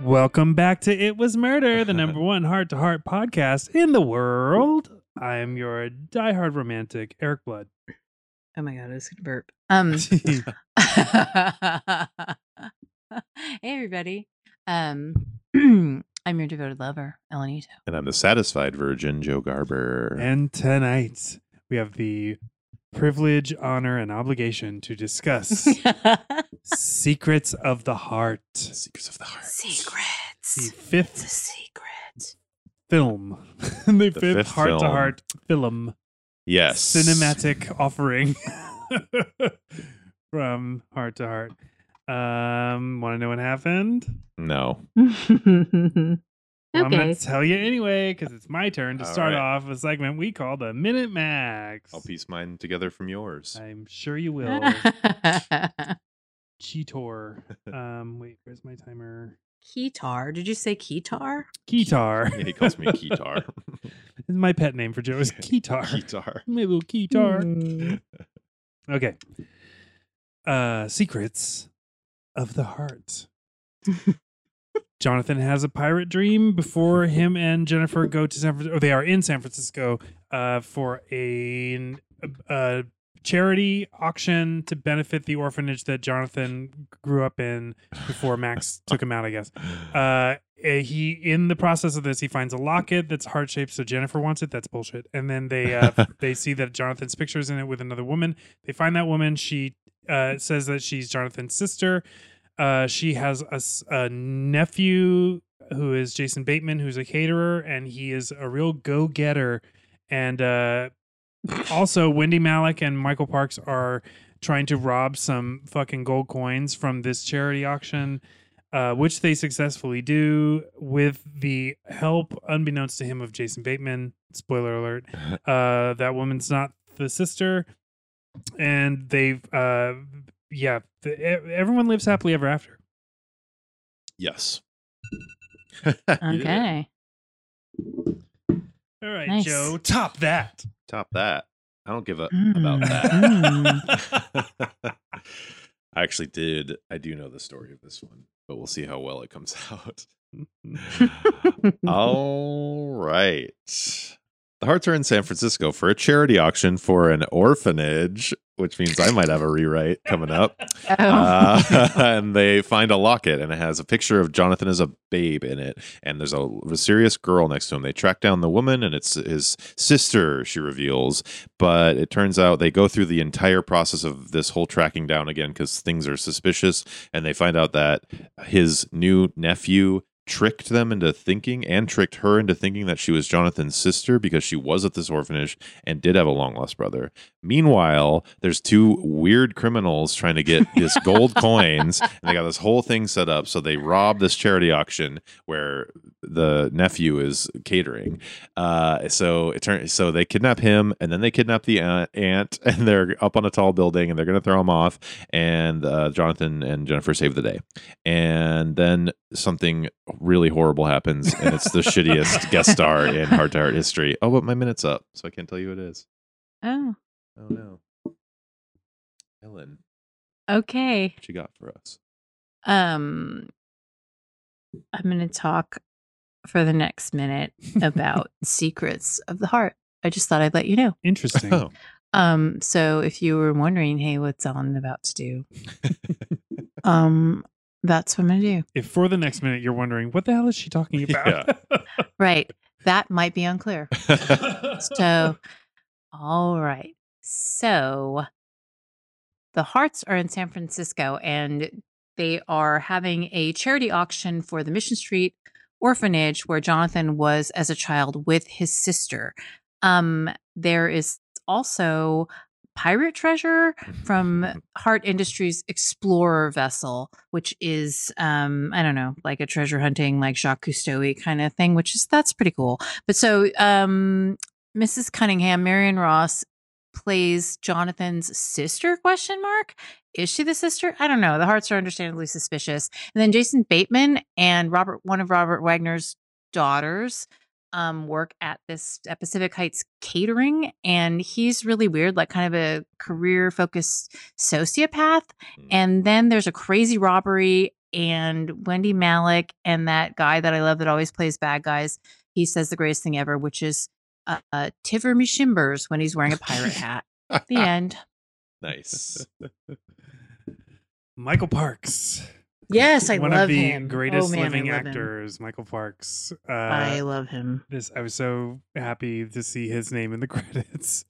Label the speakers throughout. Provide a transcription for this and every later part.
Speaker 1: Welcome back to It Was Murder, the number one heart to heart podcast in the world. I am your diehard romantic, Eric Blood.
Speaker 2: Oh my god, I was gonna burp. Um Hey everybody. Um I'm your devoted lover, Elenito.
Speaker 3: And I'm the satisfied virgin, Joe Garber.
Speaker 1: and tonight we have the privilege, honor, and obligation to discuss Secrets of the Heart,
Speaker 3: Secrets of the Heart.
Speaker 1: the
Speaker 2: Secrets. It's a
Speaker 1: fifth
Speaker 2: secret.
Speaker 1: film, the,
Speaker 3: The
Speaker 1: fifth
Speaker 3: fifth
Speaker 1: heart to heart film
Speaker 3: Yes.
Speaker 1: cinematic offering from Heart to Heart. Um, want to know what happened?
Speaker 3: No.
Speaker 1: Well, I'm going
Speaker 2: Okay.
Speaker 1: to tell you anyway because it's my turn to
Speaker 3: All
Speaker 1: start
Speaker 3: right. Oh,
Speaker 1: off a segment we call the Minute Max.
Speaker 3: I'll piece mine together from yours.
Speaker 1: I'm sure you will. Cheetor. Um, wait, where's my timer?
Speaker 2: Keytar. Did you say keytar?
Speaker 1: Keytar.
Speaker 3: Yeah, he calls me Keytar.
Speaker 1: It's my pet name for Joe is Keytar.
Speaker 3: Keytar.
Speaker 1: my little Keytar.
Speaker 2: Mm.
Speaker 3: Hmm.
Speaker 1: Okay. Uh, secrets of the heart.
Speaker 2: Hmm.
Speaker 1: Jonathan has a pirate dream before him and Jennifer go to San Francisco. They are in San Francisco uh, for a, an- a charity auction to benefit the orphanage that Jonathan grew up in before Max took him out, I guess. Uh, eh, he in the process of this, he finds a locket that's heart shaped. So Jennifer wants it. That's bullshit. And then they uh, they see that Jonathan's picture is in it with another woman. They find that woman. She uh, says that she's Jonathan's sister. Uh, she has a, s- a nephew who is Jason Bateman, who's a caterer, and he is a real go getter. And uh, also, Wendy Malik and Michael Parks are trying to rob some fucking gold coins from this charity auction uh, which they successfully do with the help, unbeknownst to him, of Jason Bateman. Spoiler alert: uh, that woman's not the sister, and they've, uh, yeah, the, e- everyone lives happily ever after.
Speaker 3: yes. Yeah.
Speaker 2: Okay.
Speaker 1: All right,
Speaker 2: Nice.
Speaker 1: Joe, top that.
Speaker 3: Top that. I don't give a
Speaker 2: Hmm.
Speaker 3: about
Speaker 2: Mm.
Speaker 3: that. I actually did. I do know the story of this one, but we'll see how well it comes out.
Speaker 2: Hmm.
Speaker 3: Uh, All right. The Hearts are in San Francisco for a charity auction for an orphanage, which means I might have a rewrite coming up.
Speaker 2: Oh.
Speaker 3: Uh, and they find a locket, and it has a picture of Jonathan as a babe in it. And there's a mysterious girl next to him. They track down the woman, and it's his sister, she reveals. But it turns out they go through the entire process of this whole tracking down again because things are suspicious. And they find out that his new nephew tricked them into thinking and tricked her into thinking that she was Jonathan's sister because she was at this orphanage and did have a long lost brother. Meanwhile, there's two weird criminals trying to get this gold coins and they got this whole thing set up so they rob this charity auction where the nephew is catering. Uh so it turns so they kidnap him and then they kidnap the aunt, aunt and they're up on a tall building and they're going to throw him off and uh, Jonathan and Jennifer save the day and then something really horrible happens, and it's the shittiest guest star in Heart to Heart history. Oh, but my minute's up, so I can't tell you who it is.
Speaker 2: oh.
Speaker 3: Oh no, Ellen,
Speaker 2: Okay.
Speaker 3: what you got for us?
Speaker 2: Um I'm going to talk for the next minute about secrets of the heart. I just thought I'd let you know.
Speaker 1: Interesting.
Speaker 3: Oh,
Speaker 2: Um so if you were wondering, hey, what's Ellen about to do? Um that's what I'm going to do.
Speaker 1: If for the next minute you're wondering what the hell is she talking about,
Speaker 2: Right. That might be unclear. So all right. So the Hearts are in San Francisco and they are having a charity auction for the Mission Street orphanage where Jonathan was as a child with his sister. Um, there is also pirate treasure from Heart Industries Explorer vessel, which is um, I don't know, like a treasure hunting, like Jacques Cousteau kind of thing, which is that's pretty cool. But so um, Mrs. Cunningham, Marion Ross plays Jonathan's sister question mark. Is she the sister? I don't know. The hearts are understandably suspicious. And then Jason Bateman and Robert, one of Robert Wagner's daughters, um, work at this at Pacific Heights catering. And he's really weird, like kind of a career focused sociopath. And then there's a crazy robbery and Wendy Malik and that guy that I love that always plays bad guys. He says the greatest thing ever, which is uh, uh, Tiver me shimbers when he's wearing a pirate hat. the end.
Speaker 3: nice.
Speaker 1: Michael Parks.
Speaker 2: Yes, I
Speaker 1: One
Speaker 2: love
Speaker 1: of the
Speaker 2: him.
Speaker 1: greatest
Speaker 2: Oh, man, I
Speaker 1: living
Speaker 2: love him.
Speaker 1: actors, Michael Parks. Uh,
Speaker 2: I love him.
Speaker 1: this I was so happy to see his name in the credits.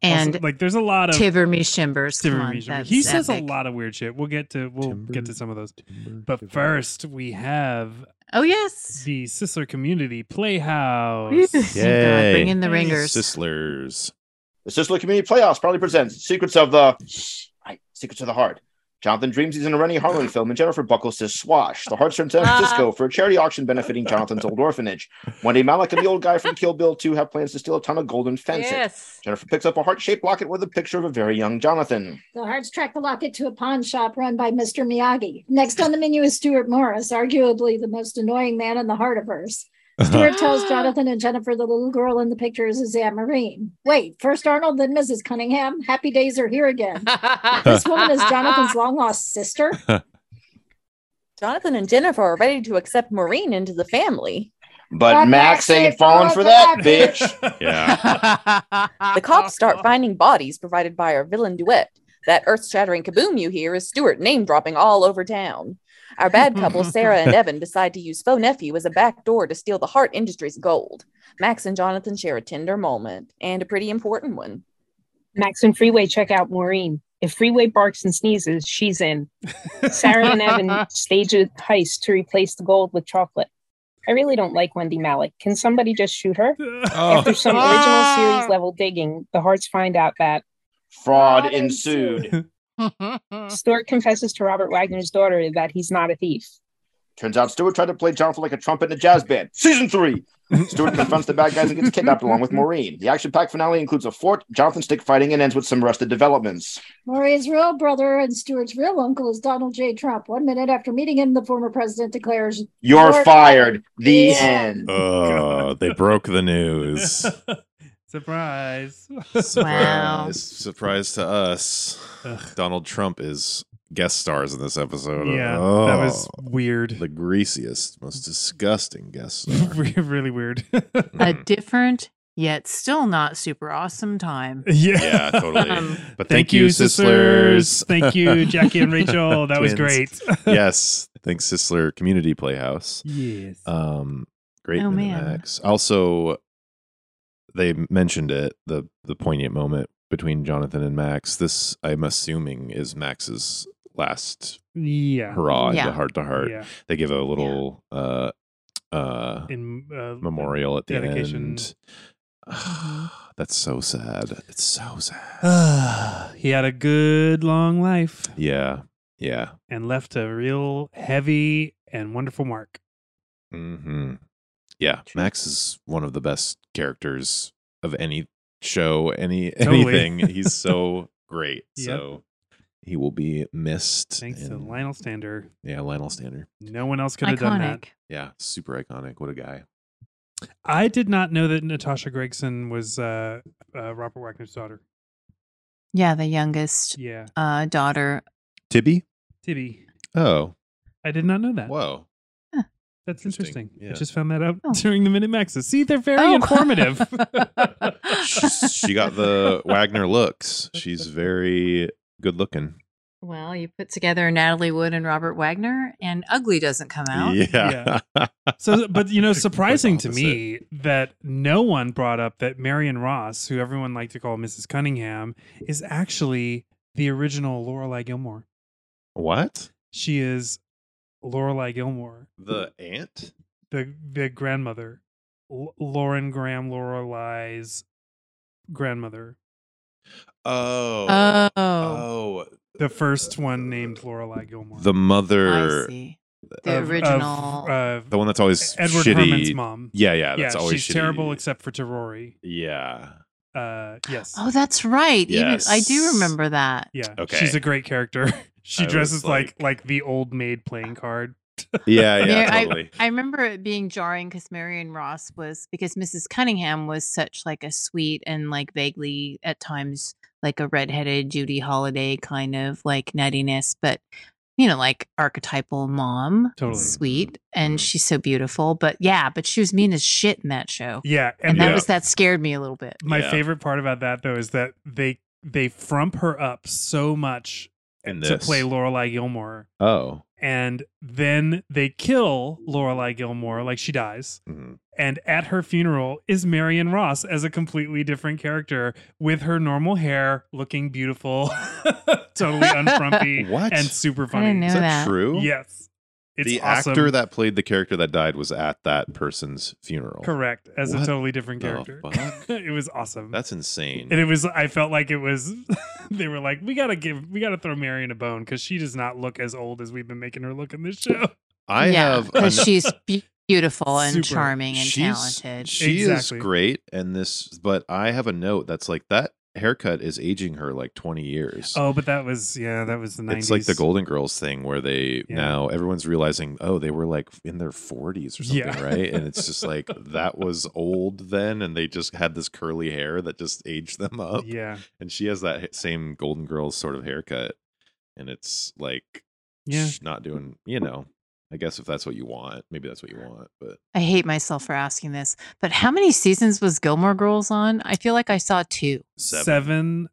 Speaker 2: And
Speaker 1: also, like, there's a lot of
Speaker 2: Tiver me shimbers. Come
Speaker 1: Timber
Speaker 2: on,
Speaker 1: Measurement.
Speaker 2: that's
Speaker 1: He says a
Speaker 2: epic.
Speaker 1: lot of weird shit. We'll get to we'll get
Speaker 3: Timber-
Speaker 1: to some of those.
Speaker 3: Timber,
Speaker 1: But
Speaker 3: timber.
Speaker 1: first, we have
Speaker 2: Oh yes.
Speaker 1: the Sisler Community Playhouse.
Speaker 2: Thank God,
Speaker 3: Yay.
Speaker 2: Bring in the
Speaker 1: Hey,
Speaker 2: ringers.
Speaker 3: Sislers.
Speaker 4: The Sisler Community Playoffs proudly presents Secrets of the right, Secrets of the Heart. Jonathan dreams he's in a Rennie Harlan film, and Jennifer buckles to Swash, the Hearts are in San Francisco for a charity auction benefiting Jonathan's old orphanage. Wendy Malik and the old guy from Kill Bill 2 have plans to steal a ton of gold and fence it.
Speaker 2: Yes.
Speaker 4: Jennifer picks up a heart shaped locket with a picture of a very young Jonathan.
Speaker 5: The Hearts track the locket to a pawn shop run by Mr. Miyagi. Next on the menu is Stuart Morris, arguably the most annoying man in the Heartiverse. Stuart tells Jonathan and Jennifer the little girl in the picture is his Aunt Marine. Wait, first Arnold, then Mrs. Cunningham. Happy days are here again. This woman is Jonathan's long lost sister.
Speaker 6: Jonathan and Jennifer are ready to accept Maureen into the family.
Speaker 4: But
Speaker 5: But
Speaker 4: Max ain't falling for that, bitch.
Speaker 3: Yeah.
Speaker 6: The
Speaker 2: the
Speaker 6: cops start finding bodies provided by our villain duet. That earth shattering kaboom you hear is Stuart name dropping all over town. Our bad couple, Sarah and Evan, decide to use faux nephew as a back door to steal the Heart Industries gold. Max and Jonathan share a tender moment and a pretty important one.
Speaker 7: Max and Freeway check out Maureen. If Freeway barks and sneezes, she's in. Sarah and Evan stage a heist to replace the gold with chocolate. I really don't like Wendy Malik. Can somebody just shoot her?
Speaker 1: Oh.
Speaker 3: Oh.
Speaker 7: After some original
Speaker 1: Ah.
Speaker 7: series level digging, the Hearts find out that
Speaker 4: Fraud ensued.
Speaker 1: Ah.
Speaker 7: Stuart confesses to Robert Wagner's daughter that he's not a thief.
Speaker 4: Turns out Stuart tried to play Jonathan like a trumpet in a jazz band. Season three. Stuart confronts the bad guys and gets kidnapped along with Maureen. The action packed finale includes a fort, Jonathan stick fighting, and ends with some rusted developments.
Speaker 5: Maury's real brother and Stuart's real uncle is Donald J. Trump. One minute after meeting him, the former president declares,
Speaker 4: You're
Speaker 5: Lord-
Speaker 4: fired. The
Speaker 5: Yeah.
Speaker 4: end.
Speaker 3: Oh, they broke the news.
Speaker 1: Surprise.
Speaker 2: Wow.
Speaker 3: Surprise. Surprise to us.
Speaker 1: Ugh.
Speaker 3: Donald Trump is guest stars in this episode.
Speaker 1: Yeah,
Speaker 3: Oh,
Speaker 1: that was weird.
Speaker 3: the greasiest, most disgusting guest star. Hmm.
Speaker 1: Re- really weird.
Speaker 2: a different yet still not super awesome time.
Speaker 1: yeah.
Speaker 3: Yeah, totally.
Speaker 2: Um,
Speaker 3: But thank you, Sislers.
Speaker 1: Thank you, Jackie and Rachel. That was great.
Speaker 3: Twins. yes. Thanks, Sisler Community Playhouse.
Speaker 1: yes.
Speaker 3: Um, great
Speaker 2: Oh, man.
Speaker 3: Minimax. Also, they mentioned it the the poignant moment between Jonathan and Max. This, I'm assuming, is Max's last
Speaker 1: yeah.
Speaker 3: hurrah
Speaker 2: Yeah.
Speaker 3: into heart to heart.
Speaker 1: Yeah.
Speaker 3: They give a little uh uh
Speaker 1: In uh,
Speaker 3: memorial at the
Speaker 1: dedication.
Speaker 3: end. That's so sad. It's so sad.
Speaker 1: he had a good long life
Speaker 3: yeah, yeah.
Speaker 1: and left a real heavy and wonderful mark.
Speaker 3: hmm Yeah, Max is one of the best characters of any show, any
Speaker 1: Totally.
Speaker 3: anything. He's so great.
Speaker 1: Yep.
Speaker 3: So he will be missed.
Speaker 1: Thanks to
Speaker 3: and-
Speaker 1: Lionel Stander.
Speaker 3: Yeah, Lionel Stander.
Speaker 1: No one else could have done that.
Speaker 2: Iconic.
Speaker 3: Yeah, super iconic. What a guy.
Speaker 1: I did not know that Natasha Gregson was uh, uh, Robert Wagner's daughter.
Speaker 2: Yeah, the youngest
Speaker 1: Yeah.
Speaker 2: uh, daughter.
Speaker 3: Tibby.
Speaker 1: Tibby.
Speaker 3: Oh,
Speaker 1: I did not know that.
Speaker 3: whoa.
Speaker 1: That's interesting.
Speaker 3: Interesting. Yeah.
Speaker 1: I just found that out
Speaker 2: Oh.
Speaker 1: during the Minute Maxes. See, they're very
Speaker 2: Oh.
Speaker 1: informative.
Speaker 3: She's- she got the Wagner looks. She's very good looking.
Speaker 2: Well, you put together Natalie Wood and Robert Wagner, and Ugly doesn't come out.
Speaker 3: Yeah.
Speaker 1: So, but you know,
Speaker 3: Complete
Speaker 1: surprising to
Speaker 3: opposite.
Speaker 1: me that no one brought up that Marion Ross, who everyone liked to call Mrs. Cunningham, is actually the original Lorelai Gilmore.
Speaker 3: What?
Speaker 1: She is Lorelai Gilmore,
Speaker 3: The aunt?
Speaker 1: the the grandmother, L- Lauren Graham Lorelai's grandmother,
Speaker 3: Oh.
Speaker 2: Oh,
Speaker 3: oh.
Speaker 1: the first one named Lorelai Gilmore,
Speaker 3: The
Speaker 2: I
Speaker 3: mother.
Speaker 2: see.
Speaker 1: Of-
Speaker 2: The
Speaker 1: of,
Speaker 2: original.
Speaker 1: uh,
Speaker 3: The one that's always
Speaker 1: Edward
Speaker 3: shitty.
Speaker 1: Herman's mom.
Speaker 3: Yeah, yeah, that's
Speaker 1: yeah,
Speaker 3: always
Speaker 1: she's
Speaker 3: shitty.
Speaker 1: terrible except for to Rory.
Speaker 3: yeah.
Speaker 1: Uh, yes.
Speaker 2: oh, that's right. You do- I do
Speaker 3: Yes.
Speaker 2: remember that.
Speaker 1: Yeah.
Speaker 3: Okay.
Speaker 1: She's a great character. she
Speaker 3: I was
Speaker 1: dresses like,
Speaker 3: like-
Speaker 1: like the old maid playing card.
Speaker 3: Yeah,
Speaker 2: There,
Speaker 3: yeah,
Speaker 2: I-
Speaker 3: totally.
Speaker 2: I remember it being jarring because Marion Ross was because Mrs. Cunningham was such like a sweet and like vaguely at times like a redheaded Judy Holiday kind of like nuttiness, but you know, like archetypal mom,
Speaker 1: Totally.
Speaker 2: sweet,
Speaker 3: Mm-hmm.
Speaker 2: and she's so beautiful. But yeah, but she was mean as shit in that show,
Speaker 1: Yeah,
Speaker 2: and
Speaker 1: and
Speaker 3: Yeah.
Speaker 2: that was that scared me a little bit.
Speaker 1: my
Speaker 3: Yeah.
Speaker 1: favorite part about that though is that they they frump her up so much
Speaker 3: In
Speaker 1: to
Speaker 3: this.
Speaker 1: play Lorelai Gilmore,
Speaker 3: Oh.
Speaker 1: and then they kill Lorelai Gilmore, like she dies.
Speaker 3: Mhm.
Speaker 1: And at her funeral is Marion Ross as a completely different character with her normal hair, looking beautiful, totally unfrumpy,
Speaker 3: What?
Speaker 1: and super funny.
Speaker 2: didn't know
Speaker 3: Is that,
Speaker 2: that.
Speaker 3: true?
Speaker 1: Yes, it's
Speaker 3: the
Speaker 1: awesome.
Speaker 3: actor that played the character that died was at that person's funeral.
Speaker 1: correct as
Speaker 3: What
Speaker 1: a totally different
Speaker 3: the
Speaker 1: character.
Speaker 3: fuck?
Speaker 1: it was awesome.
Speaker 3: That's insane.
Speaker 1: And it was, I felt like it was, they were like, we gotta give, we gotta throw Marion a bone because she does not look as old as we've been making her look in this show.
Speaker 3: I have an-
Speaker 2: because she's be- beautiful and
Speaker 1: Super.
Speaker 2: charming and
Speaker 3: she's-
Speaker 2: talented.
Speaker 3: She
Speaker 1: Exactly.
Speaker 3: is great and this but I have a note that's like that haircut is aging her like 20 years.
Speaker 1: Oh, but that was, yeah, that was the 90s.
Speaker 3: It's like the Golden Girls thing where they
Speaker 1: Yeah.
Speaker 3: now everyone's realizing, oh, they were like in their 40s or something,
Speaker 1: Yeah.
Speaker 3: right? And it's just like that was old then, and they just had this curly hair that just aged them up.
Speaker 1: Yeah.
Speaker 3: And she has that h- same Golden Girls sort of haircut, and it's like,
Speaker 1: Yeah.
Speaker 3: sh- not doing, you know. I guess if that's what you want, maybe that's what you want, but
Speaker 2: I hate myself for asking this, but how many seasons was Gilmore Girls on? I feel like I saw two.
Speaker 3: Seven.
Speaker 1: Seven,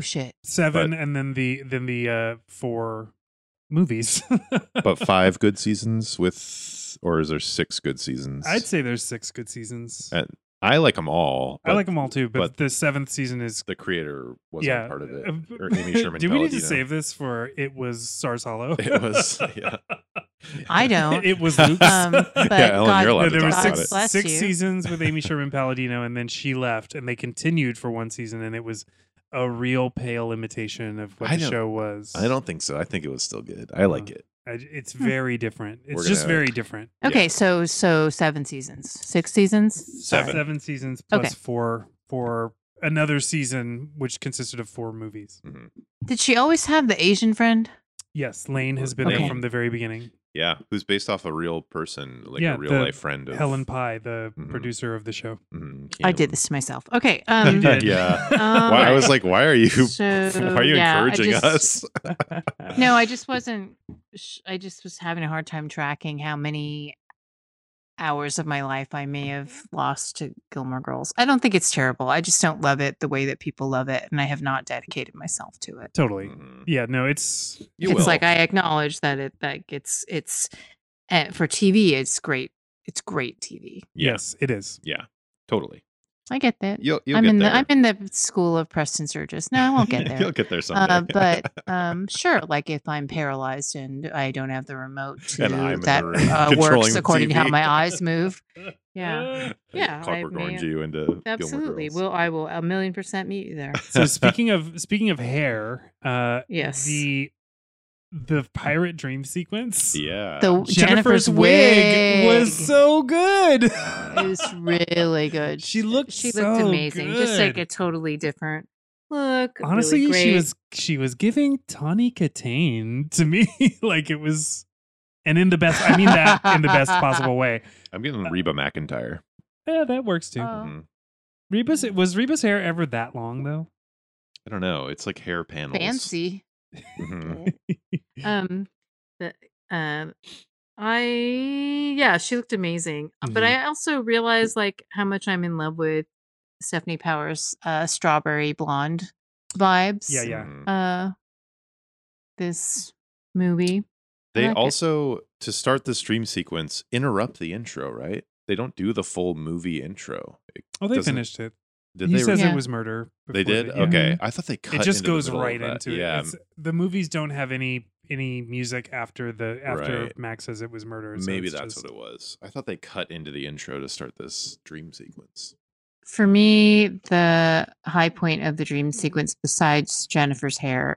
Speaker 2: shit!
Speaker 1: seven,
Speaker 3: But-
Speaker 1: and then the, then the, uh, four movies.
Speaker 3: but five good seasons with, or is there six good seasons?
Speaker 1: I'd say there's six good seasons.
Speaker 3: Uh, I like them all.
Speaker 1: I
Speaker 3: but
Speaker 1: like them all too, but,
Speaker 3: but-
Speaker 1: the seventh season is.
Speaker 3: The creator wasn't
Speaker 1: yeah,
Speaker 3: part of it,
Speaker 1: Uh,
Speaker 3: or Amy Sherman.
Speaker 1: Do we need to
Speaker 3: Palladino.
Speaker 1: save this for it was Stars Hollow?
Speaker 3: It was- yeah.
Speaker 2: I don't.
Speaker 1: it was Luke's.
Speaker 2: Um, but
Speaker 3: Yeah, Ellen,
Speaker 2: God,
Speaker 3: you're allowed
Speaker 1: No,
Speaker 3: to
Speaker 1: there were
Speaker 3: talk
Speaker 2: God
Speaker 1: six,
Speaker 2: bless
Speaker 1: six
Speaker 2: you.
Speaker 1: seasons with Amy Sherman Palladino, and then she left, and they continued for one season, and it was a real pale imitation of what
Speaker 3: I
Speaker 1: the
Speaker 3: don't-
Speaker 1: show was.
Speaker 3: I don't think so. I think it was still good. I like
Speaker 1: Uh,
Speaker 3: it.
Speaker 1: I- It's
Speaker 2: Hmm.
Speaker 1: very different.
Speaker 3: We're
Speaker 1: It's just
Speaker 3: gonna-
Speaker 1: very different.
Speaker 2: Okay, so so seven seasons, six seasons.
Speaker 3: Seven.
Speaker 1: seven seasons plus
Speaker 2: Okay.
Speaker 1: four for another season, which consisted of four movies.
Speaker 2: Did she always have the Asian friend?
Speaker 1: Yes, Lane has been
Speaker 2: Okay.
Speaker 1: there from the very beginning.
Speaker 3: Yeah, who's based off a real person, like
Speaker 1: Yeah,
Speaker 3: a real
Speaker 1: the
Speaker 3: life friend of
Speaker 1: Helen Pye, the
Speaker 3: Mhm.
Speaker 1: producer of the show.
Speaker 3: Mhm,
Speaker 2: I did
Speaker 3: Kim.
Speaker 2: this to myself. Okay. Um,
Speaker 1: You did.
Speaker 3: Yeah.
Speaker 2: Um,
Speaker 3: Why, I was like, why are you?
Speaker 2: So,
Speaker 3: why are you
Speaker 2: yeah, I
Speaker 3: encouraging
Speaker 2: just-
Speaker 3: us?
Speaker 2: No, I just wasn't. sh- I just was having a hard time tracking how many hours of my life I may have lost to Gilmore Girls. I don't think it's terrible. I just don't love it the way that people love it, and I have not dedicated myself to it.
Speaker 1: Totally.
Speaker 3: Mhm.
Speaker 1: Yeah, no, it's
Speaker 3: You
Speaker 2: it's
Speaker 3: will.
Speaker 2: like I acknowledge that it like it's it's uh, for TV. It's great. It's great TV.
Speaker 3: Yeah.
Speaker 1: yes, it is.
Speaker 3: yeah, totally.
Speaker 2: I get that.
Speaker 3: You'll you'll
Speaker 2: I'm
Speaker 3: get
Speaker 2: in
Speaker 3: there.
Speaker 2: the I'm in the school of Preston Surges. No, I won't get there.
Speaker 3: you'll get there someday.
Speaker 2: Uh, but um, sure, like if I'm paralyzed and I don't have the remote to,
Speaker 3: And I'm in the
Speaker 2: that
Speaker 3: room
Speaker 2: uh,
Speaker 3: controlling
Speaker 2: works
Speaker 3: the
Speaker 2: according to how
Speaker 3: TV.
Speaker 2: my eyes move. Yeah, yeah, I
Speaker 3: Clockwork
Speaker 2: may-
Speaker 3: Orange you into Gilmore
Speaker 2: absolutely.
Speaker 3: Girls.
Speaker 2: Will I will a million percent meet you there.
Speaker 1: so speaking of speaking of hair, uh,
Speaker 2: Yes.
Speaker 1: the the pirate dream sequence.
Speaker 3: Yeah.
Speaker 2: The Jennifer's, wig,
Speaker 1: wig was so good. It
Speaker 2: it was really good.
Speaker 1: She looked
Speaker 2: she looked
Speaker 1: so
Speaker 2: amazing. Just like
Speaker 1: good.
Speaker 2: a totally different look. really
Speaker 1: Honestly, she
Speaker 2: great.
Speaker 1: was she was giving Tawny Katane to me. like it was, and in the best. I mean that in the best possible way.
Speaker 3: I'm getting Reba McIntyre.
Speaker 1: Yeah, that works too.
Speaker 2: Oh.
Speaker 3: Mhm.
Speaker 1: Reba's was Reba's hair ever that long though?
Speaker 3: I don't know. It's like hair panels.
Speaker 2: fancy.
Speaker 3: Mhm.
Speaker 2: um the um i yeah she looked amazing uh, but
Speaker 1: Mhm.
Speaker 2: i also realized like how much i'm in love with stephanie powers uh strawberry blonde vibes
Speaker 1: Yeah, yeah.
Speaker 3: Mhm.
Speaker 2: uh this movie I
Speaker 3: They
Speaker 2: like it.
Speaker 3: also to start the stream sequence interrupt the intro, right? They don't do the full movie intro. It-
Speaker 1: Oh, they
Speaker 3: Doesn't-
Speaker 1: finished it.
Speaker 3: Did
Speaker 1: he
Speaker 3: they?
Speaker 1: says
Speaker 2: Yeah.
Speaker 1: it was murder.
Speaker 3: they
Speaker 1: before
Speaker 3: did.
Speaker 1: yeah.
Speaker 3: Okay, I thought they cut.
Speaker 1: it just
Speaker 3: into the
Speaker 1: goes
Speaker 3: middle of
Speaker 1: right
Speaker 3: that.
Speaker 1: into it.
Speaker 3: Yeah,
Speaker 1: It's- the movies don't have any any music after the after
Speaker 3: Right.
Speaker 1: Max says it was murder. So
Speaker 3: maybe
Speaker 1: it's
Speaker 3: that's
Speaker 1: just,
Speaker 3: what it was. I thought they cut into the intro to start this dream sequence.
Speaker 2: for me the high point of the dream sequence besides jennifer's hair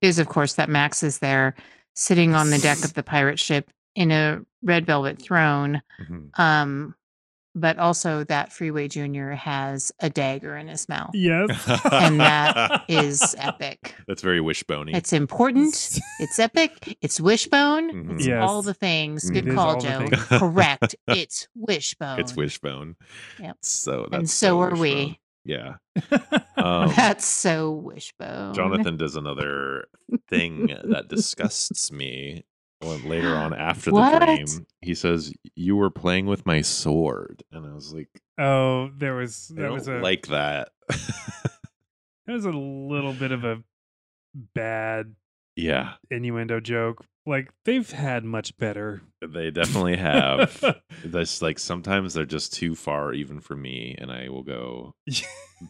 Speaker 2: is of course that max is there sitting on the deck of the pirate ship in a red velvet throne
Speaker 1: Mm-hmm.
Speaker 2: Um, but also that Freeway Jr. has a dagger in his mouth.
Speaker 1: Yes.
Speaker 2: And that Is epic.
Speaker 3: That's very wishbony.
Speaker 2: It's important. It's epic. It's wishbone.
Speaker 3: Mhm.
Speaker 2: It's
Speaker 1: Yes.
Speaker 2: all the things.
Speaker 3: Mhm.
Speaker 2: Good
Speaker 3: It is
Speaker 2: call,
Speaker 1: all the
Speaker 2: Joe.
Speaker 1: things.
Speaker 2: Correct. It's wishbone.
Speaker 3: It's wishbone.
Speaker 2: Yep.
Speaker 3: So that's
Speaker 2: And so,
Speaker 3: so
Speaker 2: are
Speaker 3: wishbone.
Speaker 2: we.
Speaker 3: Yeah. Um,
Speaker 2: That's so
Speaker 1: Oh.
Speaker 2: wishbone.
Speaker 3: Jonathan does another thing that disgusts me when later on after the
Speaker 2: What?
Speaker 3: dream. He says, You were playing with my sword. And I was like,
Speaker 1: Oh, there was
Speaker 3: I
Speaker 1: that
Speaker 3: don't
Speaker 1: was a
Speaker 3: like that.
Speaker 1: that was a little bit of a bad
Speaker 3: yeah,
Speaker 1: innuendo joke. Like they've had much better.
Speaker 3: they definitely have. That's like sometimes they're just too far even for me, and I will go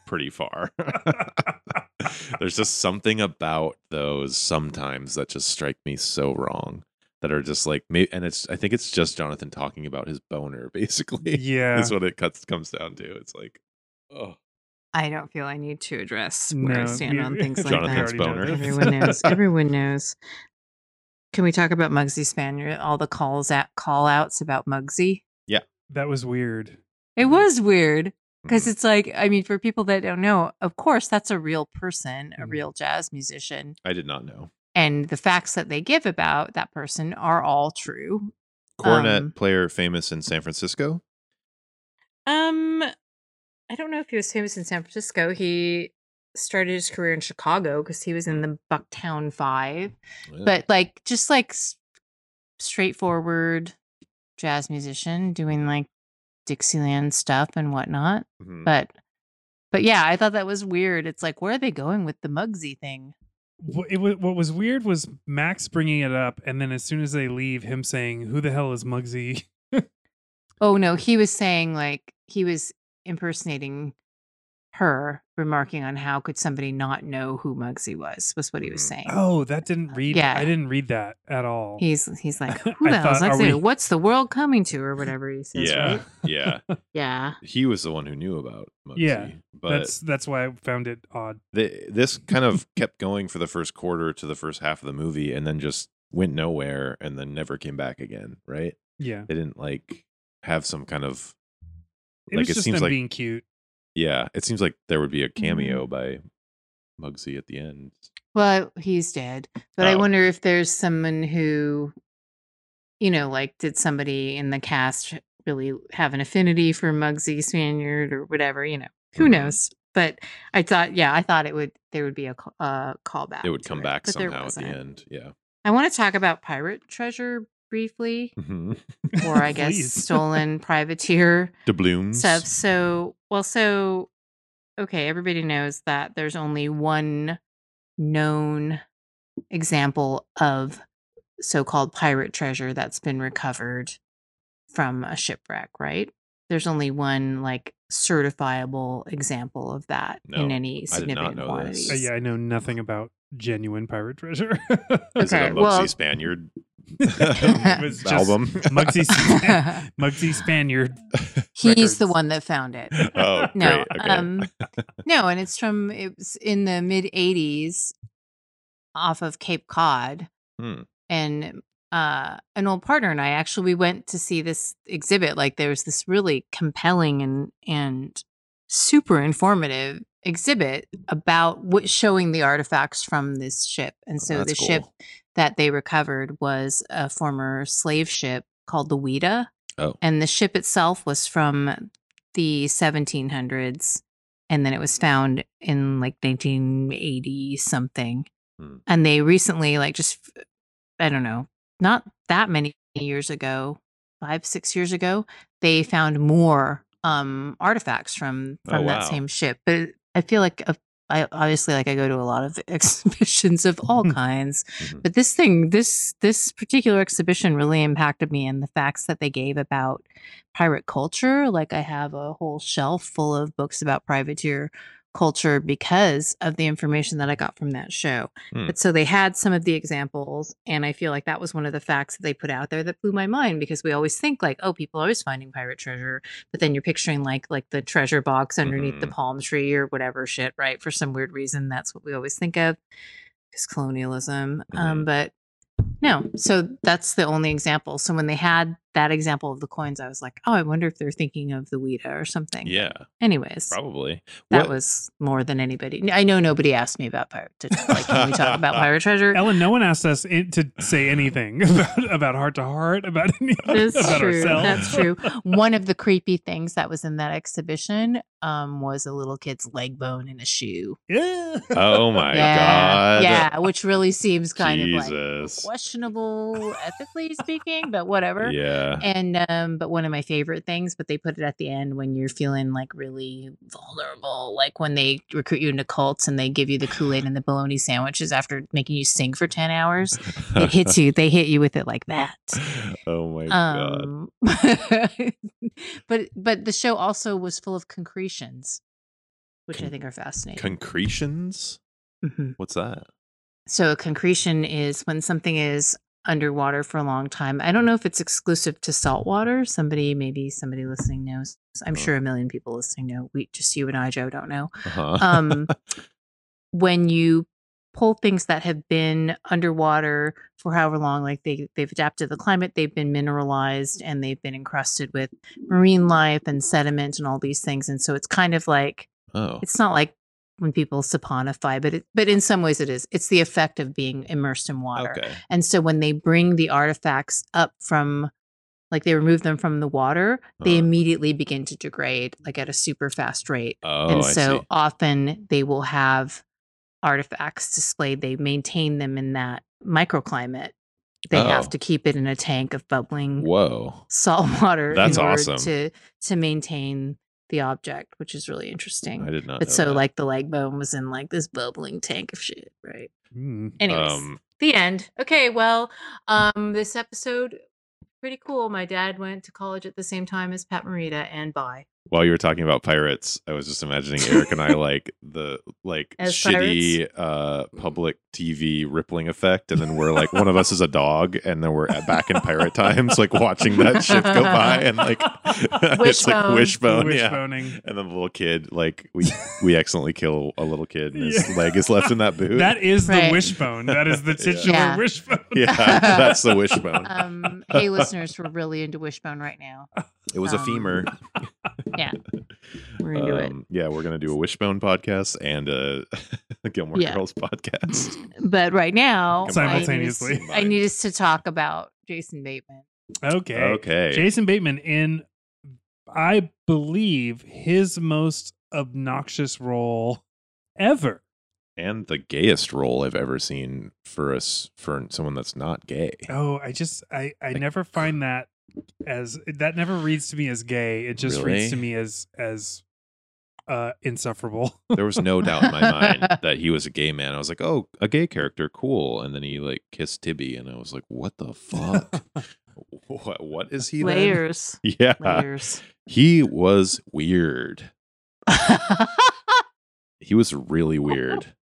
Speaker 3: pretty far. There's just something about those sometimes that just strike me so wrong. That are just like me, and it's. I think it's just Jonathan talking about his boner, basically.
Speaker 1: yeah.
Speaker 3: That's what it cuts comes down to. It's like, oh,
Speaker 2: I don't feel I need to address where I
Speaker 1: No,
Speaker 2: stand
Speaker 1: you-
Speaker 2: on things like
Speaker 3: Jonathan's
Speaker 1: Already
Speaker 2: that.
Speaker 1: know
Speaker 3: boner.
Speaker 1: this.
Speaker 2: Everyone knows. Everyone knows. Can we talk about Muggsy Spaniard? All the calls at call outs about Muggsy.
Speaker 1: That was weird.
Speaker 2: It
Speaker 3: Mhm.
Speaker 2: was weird because
Speaker 3: Mhm.
Speaker 2: it's like, I mean, for people that don't know, of course, that's a real person, a
Speaker 1: Mhm.
Speaker 2: real jazz musician.
Speaker 3: I did not know.
Speaker 2: And the facts that they give about that person are all true.
Speaker 3: Cornet
Speaker 2: Um,
Speaker 3: player famous in San Francisco.
Speaker 2: Um, I don't know if he was famous in San Francisco. He started his career in Chicago because he was in the Bucktown Five.
Speaker 3: Yeah.
Speaker 2: but like just like s- straightforward jazz musician doing like Dixieland stuff and whatnot.
Speaker 3: Mhm.
Speaker 2: But but yeah, I thought that was weird. It's like where are they going with the Muggsy thing?
Speaker 1: Wh- It was, what was weird was Max bringing it up, and then as soon as they leave, him saying, "Who the hell is Muggsy?"
Speaker 2: Oh no, he was saying like he was impersonating her, remarking on how could somebody not know who Muggsy was was what he was
Speaker 3: Mhm.
Speaker 2: saying.
Speaker 1: Oh, that didn't read.
Speaker 2: Yeah.
Speaker 1: I didn't read that at all.
Speaker 2: He's he's like,
Speaker 1: I
Speaker 2: who the hell's
Speaker 1: thought, are
Speaker 2: Muggsy?
Speaker 1: we-
Speaker 2: What's the world coming to, or whatever he says,
Speaker 3: yeah,
Speaker 2: right?
Speaker 3: yeah.
Speaker 2: Yeah.
Speaker 3: He was the one who knew about Muggsy.
Speaker 1: Yeah,
Speaker 3: but
Speaker 1: that's that's why I found it odd.
Speaker 3: th- this kind of kept going for the first quarter to the first half of the movie, and then just went nowhere, and then never came back again. Right?
Speaker 1: Yeah,
Speaker 3: They didn't like have some kind of
Speaker 1: it
Speaker 3: like
Speaker 1: was
Speaker 3: it
Speaker 1: just
Speaker 3: seems
Speaker 1: them
Speaker 3: like
Speaker 1: being Mm-hmm. cute.
Speaker 3: yeah, it seems like there would be a cameo by Muggsy at the end.
Speaker 2: Well, he's dead, but I
Speaker 3: Oh.
Speaker 2: wonder if there's someone who, you know, like did somebody in the cast really have an affinity for Muggsy Spaniard or whatever? You know, who
Speaker 3: Mhm.
Speaker 2: knows? But I thought, yeah, I thought it would there would be a ca- uh, callback.
Speaker 3: It would
Speaker 2: to
Speaker 3: come back
Speaker 2: but there
Speaker 3: somehow at the
Speaker 2: wasn't.
Speaker 3: end. Yeah.
Speaker 2: I want to talk about pirate treasure briefly,
Speaker 3: Mm-hmm.
Speaker 2: or I guess
Speaker 1: Please.
Speaker 2: stolen privateer
Speaker 3: Doubloons.
Speaker 2: stuff. So, well, so okay, everybody knows that there's only one known example of so-called pirate treasure that's been recovered from a shipwreck, right? There's only one like certifiable example of that in
Speaker 3: No,
Speaker 2: any
Speaker 3: I did not
Speaker 2: significant
Speaker 3: know this.
Speaker 2: quantities.
Speaker 1: Uh, yeah, I know nothing about genuine pirate treasure.
Speaker 3: Is it
Speaker 2: Okay,
Speaker 3: a Muggsy
Speaker 2: well-
Speaker 3: Spaniard
Speaker 1: It was just
Speaker 3: album?
Speaker 1: Muggsy, Span- Muggsy Spaniard.
Speaker 2: He's the
Speaker 1: records.
Speaker 2: one that found it.
Speaker 3: oh,
Speaker 2: No,
Speaker 3: great. Okay.
Speaker 2: um, no, and it's from it was in the mid '80s, off of Cape Cod,
Speaker 3: Hmm.
Speaker 2: and uh, an old partner and I actually we went to see this exhibit. Like there was this really compelling and and super informative exhibit about what showing the artifacts from this ship. And so
Speaker 3: Oh, that's
Speaker 2: the ship
Speaker 3: cool.
Speaker 2: that they recovered was a former slave ship called the Ouida.
Speaker 3: Oh.
Speaker 2: And the ship itself was from the 1700s. And then it was found in like 1980 something.
Speaker 3: Hmm.
Speaker 2: And they recently, like just, I don't know, not that many years ago, five, six years ago, they found more um artifacts from
Speaker 3: Oh,
Speaker 2: from that
Speaker 3: wow.
Speaker 2: same ship. But I feel like a I obviously like I go to a lot of exhibitions of all kinds,
Speaker 3: Mhm.
Speaker 2: but this thing, this this particular exhibition really impacted me and the facts that they gave about pirate culture. Like I have a whole shelf full of books about privateer culture because of the information that I got from that show.
Speaker 3: Hmm.
Speaker 2: But so they had some of the examples and I feel like that was one of the facts that they put out there that blew my mind because we always think like, oh, people are always finding pirate treasure but then you're picturing like like the treasure box underneath the
Speaker 3: Mhm.
Speaker 2: palm tree or whatever shit right for some weird reason that's what we always think of because colonialism um but no so that's the only example so when they had that example of the coins, I was like, oh, I wonder if they're thinking of the Ouija or something.
Speaker 3: Yeah,
Speaker 2: Anyways,
Speaker 3: probably.
Speaker 2: that
Speaker 3: What-
Speaker 2: was more than anybody. I know nobody asked me about pirate. To, like, can we talk about pirate treasure?
Speaker 1: Ellen, no one asked us in, to say anything about, about heart to heart, about any
Speaker 2: That's
Speaker 1: about
Speaker 2: true.
Speaker 1: ourselves.
Speaker 2: That's true. One of the creepy things that was in that exhibition um, was a little kid's leg bone in a shoe.
Speaker 1: Yeah.
Speaker 3: Oh my
Speaker 2: yeah,
Speaker 3: god.
Speaker 2: yeah, which really seems kind of like
Speaker 3: Jesus.
Speaker 2: questionable, ethically speaking, but whatever.
Speaker 3: Yeah.
Speaker 2: And um, but one of my favorite things, but they put it at the end when you're feeling like really vulnerable, like when they recruit you into cults and they give you the Kool Aid and the bologna sandwiches after making you sing for ten hours. It hits you. They hit you with it like that.
Speaker 3: oh my god.
Speaker 2: Um, but but the show also was full of concretions, which I
Speaker 3: Con-
Speaker 2: think are fascinating.
Speaker 3: Concretions?
Speaker 2: Mhm.
Speaker 3: What's that?
Speaker 2: So a concretion is when something is underwater for a long time. I don't know if it's exclusive to salt water. Somebody, maybe somebody listening knows. I'm
Speaker 3: Oh.
Speaker 2: sure a million people listening know. We just you and I, Joe, don't know.
Speaker 3: Uh-huh.
Speaker 2: Um, when you pull things that have been underwater for however long, like they they've adapted to the climate, they've been mineralized, and they've been encrusted with marine life and sediment and all these things. And so it's kind of like
Speaker 3: oh.
Speaker 2: it's not like when people saponify, but it, but in some ways it is. It's the effect of being immersed in water.
Speaker 3: Okay.
Speaker 2: And so when they bring the artifacts up from, like they remove them from the water, they
Speaker 3: Uh.
Speaker 2: immediately begin to degrade, like at a super fast rate.
Speaker 3: Oh,
Speaker 2: and
Speaker 3: I
Speaker 2: so
Speaker 3: see.
Speaker 2: often they will have artifacts displayed. They maintain them in that microclimate. They
Speaker 3: Oh.
Speaker 2: have to keep it in a tank of bubbling
Speaker 3: Whoa.
Speaker 2: salt water
Speaker 3: That's
Speaker 2: in order
Speaker 3: awesome.
Speaker 2: to to maintain the object, which is really interesting.
Speaker 3: I did not.
Speaker 2: But
Speaker 3: know
Speaker 2: so
Speaker 3: that.
Speaker 2: like the leg bone was in like this bubbling tank of shit, right?
Speaker 1: Hmm.
Speaker 2: Anyways,
Speaker 3: um,
Speaker 2: the end. Okay, well, um this episode pretty cool. My dad went to college at the same time as Pat Morita and bye.
Speaker 3: while you were talking about pirates, I was just imagining Eric and I like the like
Speaker 2: As
Speaker 3: shitty uh public TV rippling effect, and then we're like one of us is a dog, and then we're at, back in pirate times, like watching that ship go by, and like it's like
Speaker 2: Wishbone.
Speaker 3: wishbone, yeah.
Speaker 1: Wishboning.
Speaker 3: And then the little kid, like we we accidentally kill a little kid, and his
Speaker 1: Yeah.
Speaker 3: leg is left in that boot.
Speaker 1: That is the
Speaker 2: Right.
Speaker 1: wishbone. That is the
Speaker 3: Yeah.
Speaker 1: titular
Speaker 2: Yeah.
Speaker 1: wishbone.
Speaker 3: yeah, that's the wishbone.
Speaker 2: Um hey listeners, we're really into wishbone right now.
Speaker 3: it was a
Speaker 2: um,
Speaker 3: femur. Um,
Speaker 2: yeah. We're into it.
Speaker 3: Yeah, we're gonna do a wishbone podcast and a Gilmore
Speaker 2: Yeah.
Speaker 3: Girls podcast.
Speaker 2: But right now I need us-
Speaker 1: Simultaneously.
Speaker 2: I need us to talk about Jason Bateman.
Speaker 1: Okay.
Speaker 3: Okay.
Speaker 1: Jason Bateman in, I believe, his most obnoxious role ever.
Speaker 3: and the gayest role I've ever seen for us for someone that's not gay.
Speaker 1: Oh, I just I I
Speaker 3: Like-
Speaker 1: never find that as that never reads to me as gay. It just
Speaker 3: Really?
Speaker 1: reads to me as as uh insufferable.
Speaker 3: There was no doubt in my mind that he was a gay man. I was like, "Oh, a gay character, cool." And then he like kissed Tibby, and I was like, "What the fuck? what, what is he?" then?"
Speaker 2: Layers.
Speaker 3: Yeah,
Speaker 2: Layers.
Speaker 3: he was weird. He was really
Speaker 2: Oh,
Speaker 3: weird.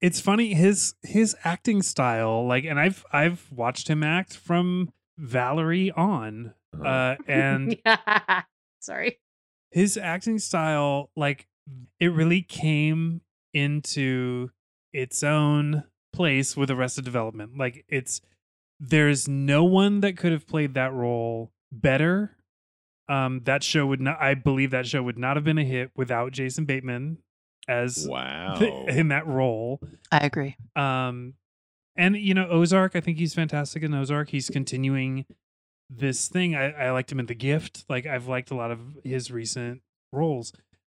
Speaker 1: it's funny his his acting style like and I've I've watched him act from Valerie on uh and
Speaker 2: sorry.
Speaker 1: his acting style like it really came into its own place with arrested development like it's there's no one that could have played that role better um that show would not i believe that show would not have been a hit without jason bateman as
Speaker 3: wow.
Speaker 1: in that role
Speaker 2: I agree.
Speaker 1: um, and you know Ozark, I think he's fantastic in Ozark. He's continuing this thing. I, I liked him in The Gift. Like I've liked a lot of his recent roles.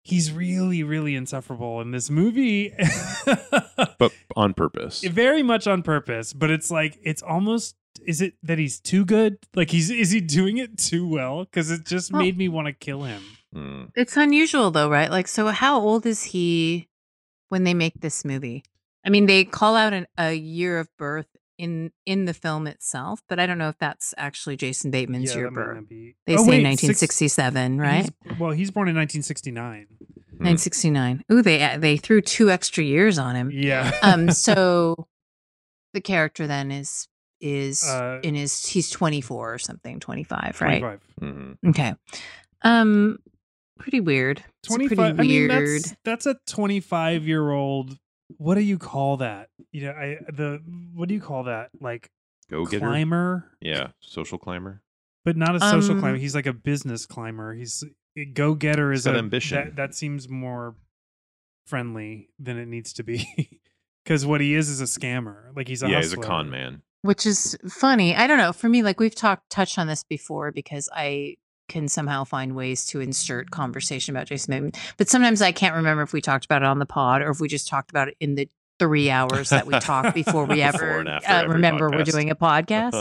Speaker 1: He's really, really insufferable in this movie,
Speaker 3: but on purpose.
Speaker 1: very much on purpose. But it's like it's almost. Is it that he's too good? Like he's is he doing it too well? Because it just
Speaker 2: Well-
Speaker 1: made me want to kill him.
Speaker 3: Mm.
Speaker 2: It's unusual though, right? Like, so how old is he when they make this movie? I mean, they call out an, a year of birth in in the film itself, but I don't know if that's actually Jason Bateman's year
Speaker 1: that
Speaker 2: of
Speaker 1: might
Speaker 2: birth.
Speaker 1: not be-
Speaker 2: They
Speaker 1: Oh,
Speaker 2: say
Speaker 1: wait, six- Mm-hmm.
Speaker 2: 1967, right?
Speaker 1: he's- well, he's born in 1969.
Speaker 3: Hmm.
Speaker 2: 1969. Ooh, they uh, they threw two extra years on him.
Speaker 1: Yeah.
Speaker 2: Um, so the character then is is
Speaker 1: Uh,
Speaker 2: in his he's 24 or something, 25, right?
Speaker 1: 25.
Speaker 3: Mhm.
Speaker 2: Okay. Um pretty weird. It's pretty
Speaker 1: 25 I mean,
Speaker 2: weird.
Speaker 1: that's, that's a 25 year old what do you call that you know i the what do you call that like
Speaker 3: Go getter.
Speaker 1: climber
Speaker 3: Yeah, social climber.
Speaker 1: but not a social
Speaker 2: Um,
Speaker 1: climber. He's like a business climber. He's a go-getter
Speaker 3: He's
Speaker 1: is
Speaker 3: got
Speaker 1: a,
Speaker 3: ambition.
Speaker 1: That, that seems more friendly than it needs to be. Cuz what he is is a scammer. Like he's a
Speaker 3: yeah, he's a
Speaker 1: hustler.
Speaker 3: con man.
Speaker 2: which is funny. I don't know. For me, like we've talked touched on this before because I can somehow find ways to insert conversation about Jason Bateman, but sometimes I can't remember if we talked about it on the pod or if we just talked about it in the three hours that we talked before we
Speaker 3: Before
Speaker 2: ever
Speaker 3: and after
Speaker 2: uh,
Speaker 3: every
Speaker 2: remember we're
Speaker 3: podcast.
Speaker 2: doing a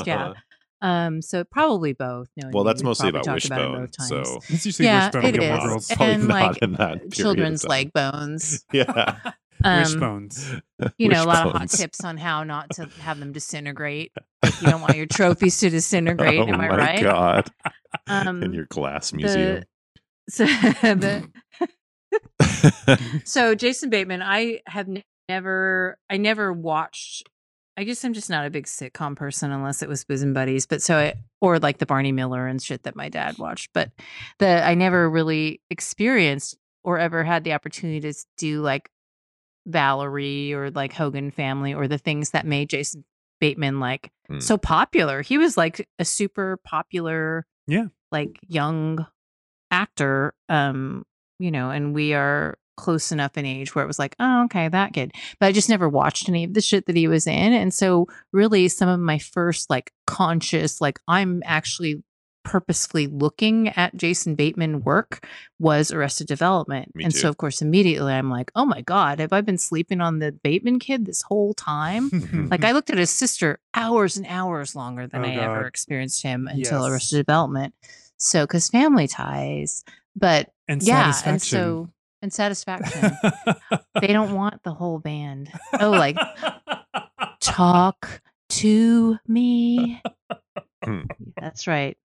Speaker 2: podcast. Yeah. Um. So probably both. knowing
Speaker 3: well,
Speaker 2: me,
Speaker 3: that's
Speaker 2: we've
Speaker 3: mostly
Speaker 2: probably
Speaker 3: about
Speaker 2: talked it
Speaker 3: Wishbone.
Speaker 2: both times.
Speaker 3: so
Speaker 1: It's usually
Speaker 2: Yeah,
Speaker 1: wishbone
Speaker 2: it
Speaker 1: on Gilmore
Speaker 2: is.
Speaker 1: Girls.
Speaker 2: And-
Speaker 3: probably
Speaker 2: like,
Speaker 3: not in that period of
Speaker 2: Children's
Speaker 3: time.
Speaker 2: leg bones.
Speaker 3: Yeah.
Speaker 2: Um,
Speaker 1: Wishbones.
Speaker 2: you know, a lot of hot
Speaker 3: Wishbones.
Speaker 2: tips on how not to have them disintegrate. If you don't want your trophies to disintegrate,
Speaker 3: oh
Speaker 2: am I
Speaker 3: my
Speaker 2: right?
Speaker 3: god!
Speaker 2: Um,
Speaker 3: in your glass
Speaker 2: the-
Speaker 3: museum.
Speaker 2: So, the, so Jason Bateman, I have n- never, I never watched. I guess I'm just not a big sitcom person unless it was Bosom Buddies, but so I, or like the Barney Miller and shit that my dad watched, but that I never really experienced or ever had the opportunity to s- do like Valerie or like Hogan Family or the things that made Jason Bateman like
Speaker 3: Mm.
Speaker 2: so popular. He was like a super popular,
Speaker 1: Yeah.
Speaker 2: like young actor. Um, you know, and we are close enough in age where it was like, oh, okay, that kid. But I just never watched any of the shit that he was in. And so, really, some of my first like conscious, like, I'm actually purposefully looking at Jason Bateman work was Arrested Development.
Speaker 3: Me
Speaker 2: and
Speaker 3: too.
Speaker 2: so, of course, immediately I'm like, oh my God, have I been sleeping on the Bateman kid this whole time? Like I looked at his sister hours and hours longer than
Speaker 1: Mm-hmm. Oh,
Speaker 2: I ever
Speaker 1: God.
Speaker 2: experienced him until
Speaker 1: Yes.
Speaker 2: Arrested Development. So, because family ties, but
Speaker 1: and
Speaker 2: yeah, and
Speaker 1: satisfaction.
Speaker 2: so and satisfaction. they don't want the whole band. Oh, like talk to me.
Speaker 3: Hmm.
Speaker 2: That's right.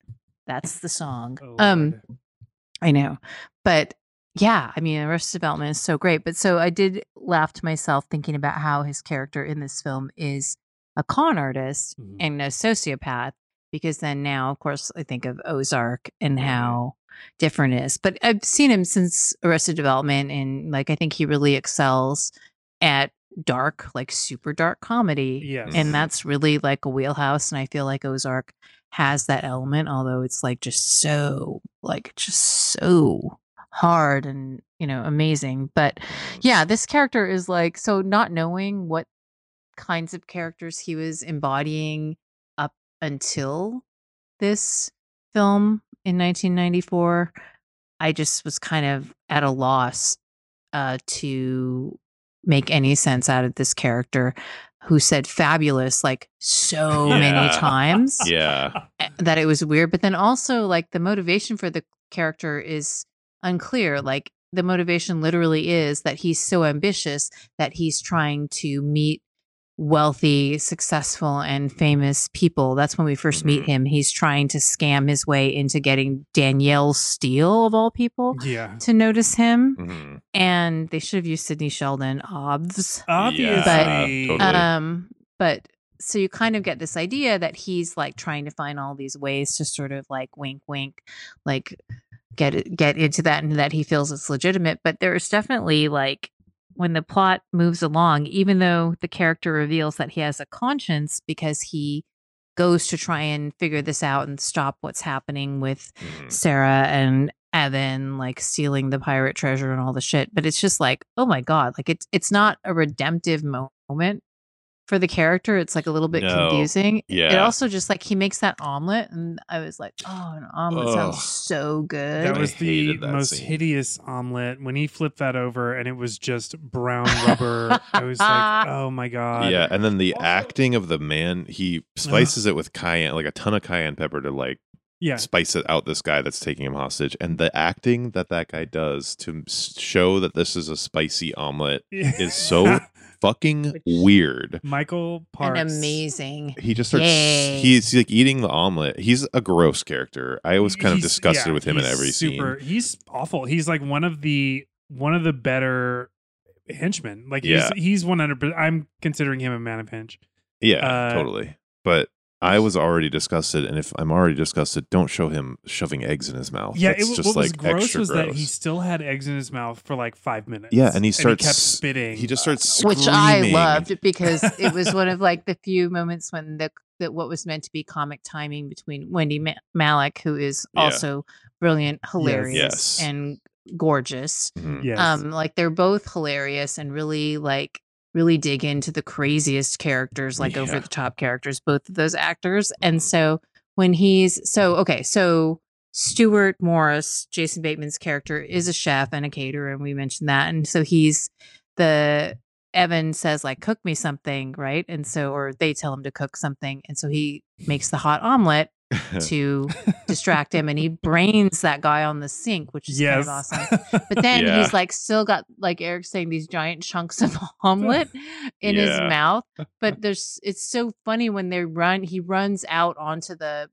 Speaker 2: That's the song.
Speaker 1: Oh,
Speaker 2: um,
Speaker 1: Lord.
Speaker 2: I know, but yeah, I mean, Arrested Development is so great. But so I did laugh to myself thinking about how his character in this film is a con artist
Speaker 1: Mhm.
Speaker 2: and a sociopath because then now of course i think of ozark and
Speaker 3: Mhm.
Speaker 2: how different it is but i've seen him since arrested development and like i think he really excels at dark like super dark comedy
Speaker 1: yes.
Speaker 2: and that's really like a wheelhouse and i feel like ozark has that element although it's like just so like just so hard and you know amazing but yeah this character is like so not knowing what kinds of characters he was embodying up until this film in 1994 i just was kind of at a loss uh to make any sense out of this character who said fabulous like so many
Speaker 3: Yeah.
Speaker 2: times
Speaker 3: yeah.
Speaker 2: eh, that it was weird but then also like the motivation for the character is unclear like the motivation literally is that he's so ambitious that he's trying to meet wealthy successful and famous people that's when we 1st meet
Speaker 3: Mhm.
Speaker 2: him he's trying to scam his way into getting danielle steele of all
Speaker 3: Mm-hmm.
Speaker 2: people
Speaker 1: yeah.
Speaker 2: to notice him
Speaker 3: Mhm.
Speaker 2: and they should have used sydney sheldon obvs
Speaker 1: Obviously.
Speaker 3: But- Totally.
Speaker 2: um, but so you kind of get this idea that he's like trying to find all these ways to sort of like wink, wink, like get it, get into that, and that he feels it's legitimate. But there's definitely like when the plot moves along, even though the character reveals that he has a conscience because he goes to try and figure this out and stop what's happening with
Speaker 3: Mhm.
Speaker 2: Sarah and Evan like stealing the pirate treasure and all the shit. But it's just like, oh my god, like it's it's not a redemptive mo- moment for the character. It's like a little bit
Speaker 3: No.
Speaker 2: confusing. It
Speaker 3: Yeah.
Speaker 2: also just like he makes that omelet, and I was like, oh, an omelet
Speaker 3: Ugh.
Speaker 2: sounds so good.
Speaker 1: That
Speaker 3: I
Speaker 1: was the
Speaker 3: hated that
Speaker 1: most
Speaker 3: scene.
Speaker 1: hideous omelet. When he flipped that over and it was just brown rubber, I was like, oh my God. Uh-huh.
Speaker 3: yeah, and then the acting of the man, he spices it with cayenne, like a ton of cayenne pepper to like
Speaker 1: Yeah.
Speaker 3: spice it out this guy that's taking him hostage. And the acting that that guy does to s- show that this is a spicy omelet is so fucking
Speaker 2: Which-
Speaker 3: weird.
Speaker 1: Michael
Speaker 2: and
Speaker 1: Parks.
Speaker 2: amazing.
Speaker 3: He just starts,
Speaker 2: Yay.
Speaker 3: he's, he's, like eating the omelet. He's a gross character. I was kind of
Speaker 1: He's-
Speaker 3: disgusted
Speaker 1: yeah,
Speaker 3: with him in
Speaker 1: he's
Speaker 3: every
Speaker 1: super,
Speaker 3: scene.
Speaker 1: He's awful. He's like one of the one of the better henchmen. Like he's he's one hundred. percent I'm considering him a man of hench.
Speaker 3: Yeah,
Speaker 1: uh,
Speaker 3: totally. But I was already disgusted. And if I'm already disgusted, don't show him shoving eggs in his mouth.
Speaker 1: Yeah,
Speaker 3: That's
Speaker 1: it,
Speaker 3: just
Speaker 1: what was
Speaker 3: like
Speaker 1: gross
Speaker 3: extra
Speaker 1: was
Speaker 3: gross.
Speaker 1: that he still had eggs in his mouth for like five minutes.
Speaker 3: Yeah, and he starts-
Speaker 1: kept spitting.
Speaker 3: He just starts
Speaker 2: Uh, Which I
Speaker 3: screaming.
Speaker 2: loved because it was one of like the few moments when the that what was meant to be comic timing between Wendy Ma- Malik, who is
Speaker 3: Yeah.
Speaker 2: also brilliant, hilarious,
Speaker 3: Yes.
Speaker 2: and gorgeous.
Speaker 3: Mhm.
Speaker 1: Yes.
Speaker 2: Um, like they're both hilarious and really like really dig into the craziest characters, like
Speaker 3: Yeah.
Speaker 2: over the top characters, both of those actors. And so when he's so okay, so Stuart Morris, Jason Bateman's character, is a chef and a caterer, and we mentioned that. And so he's the Evan says like cook me something, right? And so or they tell him to cook something, and so he makes the hot omelet
Speaker 3: Mm-hmm.
Speaker 2: to distract him, and he brains that guy on the sink, which is kind
Speaker 1: yes.
Speaker 2: of awesome. But then
Speaker 3: Yeah.
Speaker 2: he's like still got like Eric's saying these giant chunks of omelet in his
Speaker 3: Yeah.
Speaker 2: mouth. But there's it's so funny when they run he runs out onto the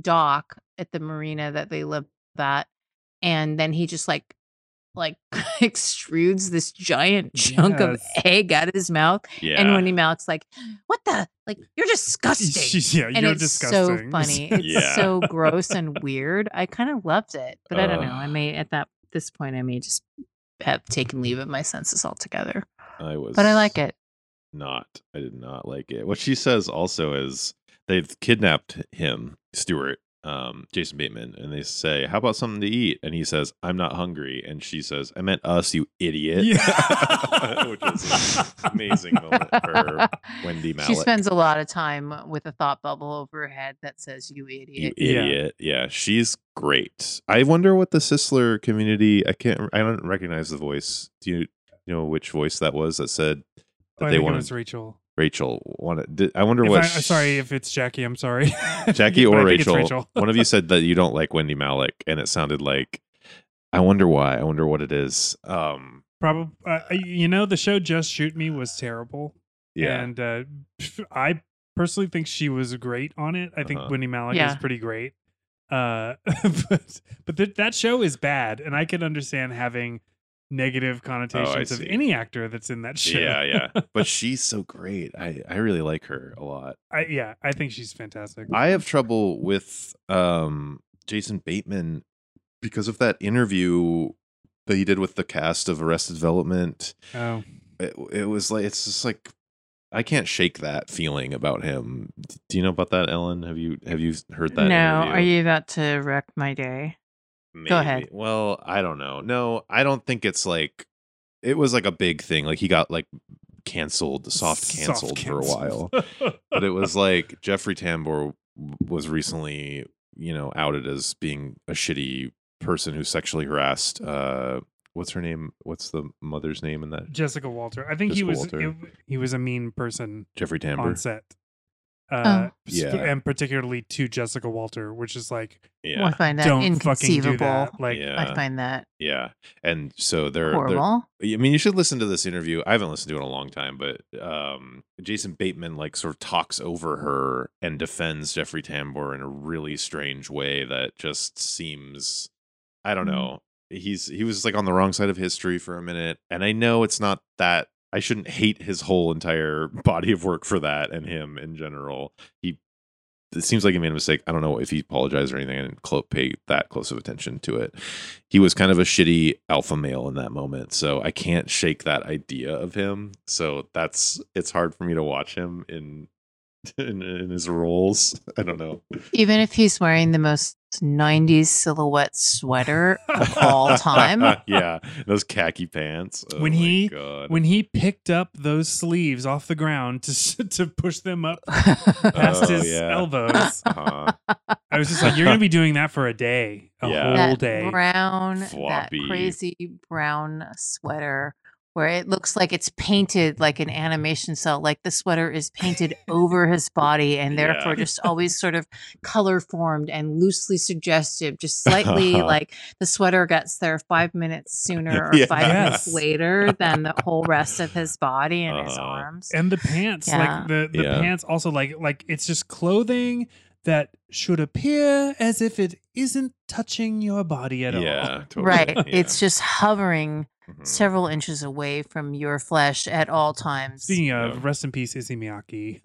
Speaker 2: dock at the marina that they live at and then he just like like extrudes this giant chunk
Speaker 1: Yes.
Speaker 2: of egg out of his mouth.
Speaker 3: yeah.
Speaker 2: And Wendy Malik's like, What the like you're disgusting.
Speaker 1: yeah,
Speaker 2: And
Speaker 1: you're
Speaker 2: it's
Speaker 1: disgusting.
Speaker 2: so funny. It's
Speaker 3: Yeah.
Speaker 2: so gross and weird. I kind of loved it, but I don't know. I
Speaker 3: Ugh.
Speaker 2: may at that this point I may just have taken leave of my senses altogether.
Speaker 3: I was
Speaker 2: But I like it.
Speaker 3: Not. I did not like it. What she says also is they've kidnapped him, Stuart, um, Jason Bateman, and they say, How about something to eat? And he says, I'm not hungry. And she says, I meant us, you idiot.
Speaker 1: Yeah.
Speaker 3: Which is an amazing moment for her. Wendy
Speaker 2: She
Speaker 3: Malik.
Speaker 2: spends a lot of time with a thought bubble over her head that says "you
Speaker 3: you
Speaker 2: idiot."
Speaker 1: Yeah.
Speaker 3: idiot. Yeah. she's great. I wonder what the Sisler community. I can't. I don't recognize the voice. Do you, you know which voice that was that said that
Speaker 1: I
Speaker 3: they
Speaker 1: think it
Speaker 3: wanted
Speaker 1: was Rachel.
Speaker 3: Rachel wanted? Did, I wonder
Speaker 1: If
Speaker 3: what.
Speaker 1: I,
Speaker 3: sh-
Speaker 1: sorry if it's Jackie. I'm sorry.
Speaker 3: Jackie
Speaker 1: But
Speaker 3: or
Speaker 1: I think it's
Speaker 3: Rachel,
Speaker 1: Rachel.
Speaker 3: one of you said that you don't like Wendy Malik, and it sounded like. I wonder why. I wonder what it is. Um.
Speaker 1: Probably. Uh, you know, the show Just Shoot Me was terrible.
Speaker 3: Yeah.
Speaker 1: And uh, I personally think she was great on it. I think
Speaker 3: Uh-huh.
Speaker 1: Wendy Malik is
Speaker 2: Yeah.
Speaker 1: pretty great. Uh, but but th- that show is bad, and I can understand having negative connotations of
Speaker 3: Oh, see.
Speaker 1: any actor that's in that show.
Speaker 3: Yeah, yeah. But she's so great. I I really like her a lot.
Speaker 1: I, yeah, I think she's fantastic.
Speaker 3: I have trouble with um Jason Bateman because of that interview that he did with the cast of Arrested Development.
Speaker 1: oh.
Speaker 3: It, it was like it's just like I can't shake that feeling about him. D- Do you know about that, Ellen? Have you have you heard that?
Speaker 2: no,
Speaker 3: interview?
Speaker 2: are you about to wreck my day? Go ahead.
Speaker 3: Maybe. Well, I don't know. No, I don't think it's like it was like a big thing. Like he got like canceled, soft canceled for a while but it was like Jeffrey Tambor w- was recently, you know, outed as being a shitty person who sexually harassed. Uh, what's her name? What's the mother's name in that?
Speaker 1: Jessica Walter. I think he
Speaker 3: Jessica
Speaker 1: was
Speaker 3: Walter.
Speaker 1: it- he was a mean person
Speaker 3: Jeffrey
Speaker 1: on
Speaker 3: Tambor.
Speaker 1: set.
Speaker 2: Oh.
Speaker 1: Uh,
Speaker 3: Yeah.
Speaker 1: sp- and particularly to Jessica Walter, which is like
Speaker 3: Yeah,
Speaker 2: Well, Oh, I find that
Speaker 1: don't fucking do
Speaker 2: inconceivable.
Speaker 1: that. Like,
Speaker 3: yeah,
Speaker 2: I find that
Speaker 3: yeah. And so they're, they're
Speaker 2: horrible.
Speaker 3: I mean, you should listen to this interview. I haven't listened to it in a long time, but um, Jason Bateman like sort of talks over her and defends Jeffrey Tambor in a really strange way that just seems, I don't know. He's he was like on the wrong side of history for a minute, and I know it's not that I shouldn't hate his whole entire body of work for that and him in general. He it seems like he made a mistake. I don't know if he apologized or anything. I didn't clo- pay that close of attention to it. He was kind of a shitty alpha male in that moment, so I can't shake that idea of him. So that's it's hard for me to watch him in in, in his roles. I don't know.
Speaker 2: Even if he's wearing the most 90s silhouette sweater of all time.
Speaker 3: yeah, those khaki pants. Oh
Speaker 1: When
Speaker 3: my
Speaker 1: he-
Speaker 3: God.
Speaker 1: when he picked up those sleeves off the ground to s- to push them up past
Speaker 3: Oh,
Speaker 1: his
Speaker 3: yeah.
Speaker 1: elbows,
Speaker 3: Uh-huh.
Speaker 1: I was just like, "You're gonna be doing that for a day, a
Speaker 3: Yeah.
Speaker 1: whole
Speaker 2: that
Speaker 1: day."
Speaker 2: brown,
Speaker 3: Floppy.
Speaker 2: that crazy brown sweater where it looks like it's painted like an animation cell, like the sweater is painted over his body and
Speaker 3: Yeah.
Speaker 2: therefore just always sort of color formed and loosely suggestive, just slightly like the sweater gets there five minutes sooner or five
Speaker 1: Yes.
Speaker 2: minutes later than the whole rest of his body and his
Speaker 3: Uh-huh.
Speaker 2: arms.
Speaker 1: and the pants,
Speaker 2: Yeah.
Speaker 1: like the the
Speaker 3: Yeah.
Speaker 1: pants, also like like it's just clothing that should appear as if it isn't touching your body at all.
Speaker 3: yeah, totally.
Speaker 2: Right.
Speaker 3: Yeah.
Speaker 2: It's just hovering
Speaker 3: Mhm.
Speaker 2: several inches away from your flesh at all times.
Speaker 1: Speaking of,
Speaker 3: Yeah.
Speaker 1: rest in peace, Izzy Miyake.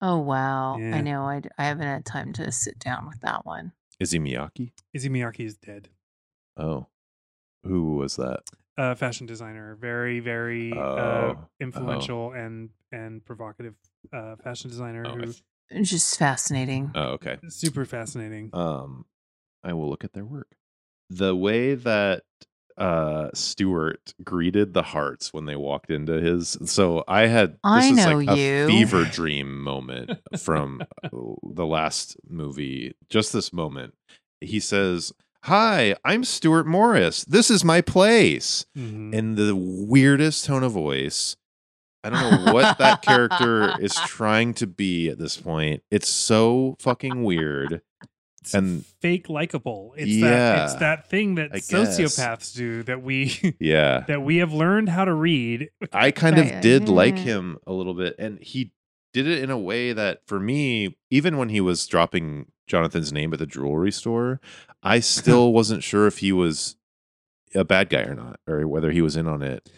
Speaker 2: Oh wow!
Speaker 1: Yeah.
Speaker 2: I know. I, d- I haven't had time to sit down with that one.
Speaker 3: Is he Miyaki?
Speaker 1: Izzy Miyake is dead.
Speaker 3: Oh, who was that?
Speaker 1: Uh, fashion designer, very very uh,
Speaker 3: Oh.
Speaker 1: influential and and provocative uh, fashion designer
Speaker 3: Oh, I
Speaker 1: who
Speaker 3: th-
Speaker 2: Just fascinating.
Speaker 3: Oh, okay.
Speaker 1: Super fascinating.
Speaker 3: Um, I will look at their work. The way that uh Stewart greeted the hearts when they walked into his so I had this
Speaker 2: I
Speaker 3: is
Speaker 2: know
Speaker 3: like a
Speaker 2: you.
Speaker 3: fever dream moment from uh, the last movie, just this moment. He says, Hi, I'm Stuart Morris. This is my place
Speaker 1: Mhm.
Speaker 3: in the weirdest tone of voice. I don't know what that character is trying to be at this point. It's so fucking weird.
Speaker 1: It's
Speaker 3: and-
Speaker 1: fake likable. It's that
Speaker 3: Yeah.
Speaker 1: it's that thing that
Speaker 3: I guess.
Speaker 1: sociopaths do that we
Speaker 3: Yeah.
Speaker 1: that we have learned how to read.
Speaker 3: I kind
Speaker 2: Right,
Speaker 3: of did like
Speaker 2: yeah.
Speaker 3: him a little bit and he did it in a way that for me even when he was dropping Jonathan's name at the jewelry store, I still wasn't sure if he was a bad guy or not or whether he was in on it.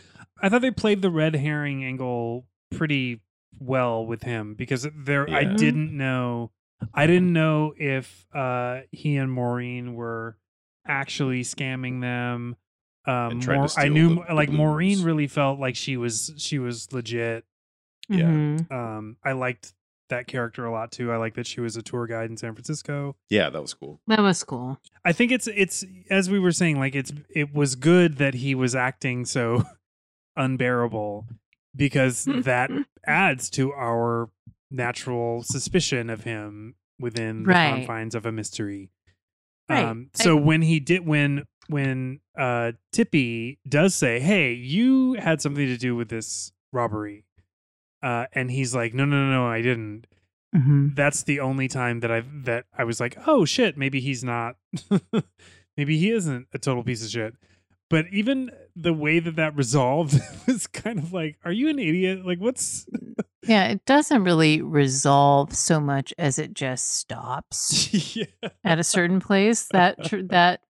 Speaker 1: I thought they played the red herring angle pretty well with him because there I
Speaker 3: Yeah.
Speaker 1: didn't know I didn't know if uh he and Maureen were actually scamming them. Um
Speaker 3: And trying to
Speaker 1: Maur- I
Speaker 3: steal
Speaker 1: knew
Speaker 3: the- the
Speaker 1: like Maureen
Speaker 3: balloons.
Speaker 1: really felt like she was she was legit.
Speaker 3: Yeah.
Speaker 2: Mhm.
Speaker 1: Um I liked that character a lot too. I like that she was a tour guide in San Francisco.
Speaker 3: Yeah, that was cool.
Speaker 2: That was cool.
Speaker 1: I think it's it's as we were saying, like it's it was good that he was acting so unbearable because that adds to our natural suspicion of him within the
Speaker 2: Right.
Speaker 1: confines of a mystery.
Speaker 2: Right.
Speaker 1: Um, so when he did when when uh Tippy does say, "Hey, you had something to do with this robbery," uh, and he's like, "No, no, no, no, I didn't."
Speaker 2: Mhm.
Speaker 1: that's the only time that I that I was like, oh shit, maybe he's not, maybe he isn't a total piece of shit. But even the way that that resolved was kind of like, are you an idiot? Like, what's
Speaker 2: Yeah, it doesn't really resolve so much as it just stops
Speaker 1: yeah,
Speaker 2: at a certain place. That tr- that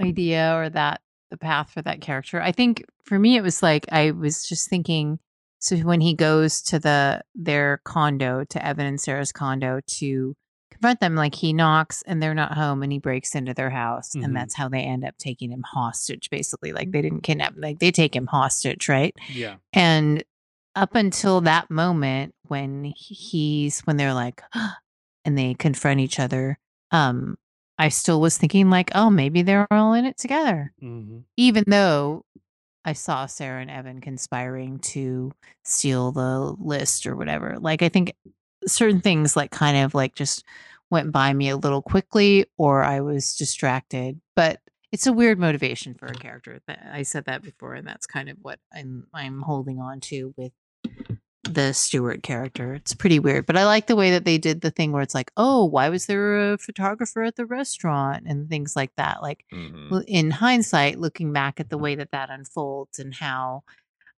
Speaker 2: idea or that the path for that character. I think for me it was like I was just thinking. So when he goes to the their condo to Evan and Sarah's condo to confront them, like he knocks and they're not home, and he breaks into their house,
Speaker 1: Mhm.
Speaker 2: and that's how they end up taking him hostage. Basically, like they didn't kidnap, him, like they take him hostage, right?
Speaker 1: yeah,
Speaker 2: And up until that moment when he's when they're like and they confront each other, um, I still was thinking like, oh, maybe they're all in it together.
Speaker 1: mm-hmm.
Speaker 2: Even though I saw Sarah and Evan conspiring to steal the list or whatever. Like I think certain things like kind of like just went by me a little quickly or I was distracted. But it's a weird motivation for a character. That I said that before and that's kind of what I'm I'm holding on to with the Stewart character. It's pretty weird. But I like the way that they did the thing where it's like, oh, why was there a photographer at the restaurant? And things like that. Like
Speaker 3: Mhm.
Speaker 2: well, in hindsight, looking back at the way that that unfolds and how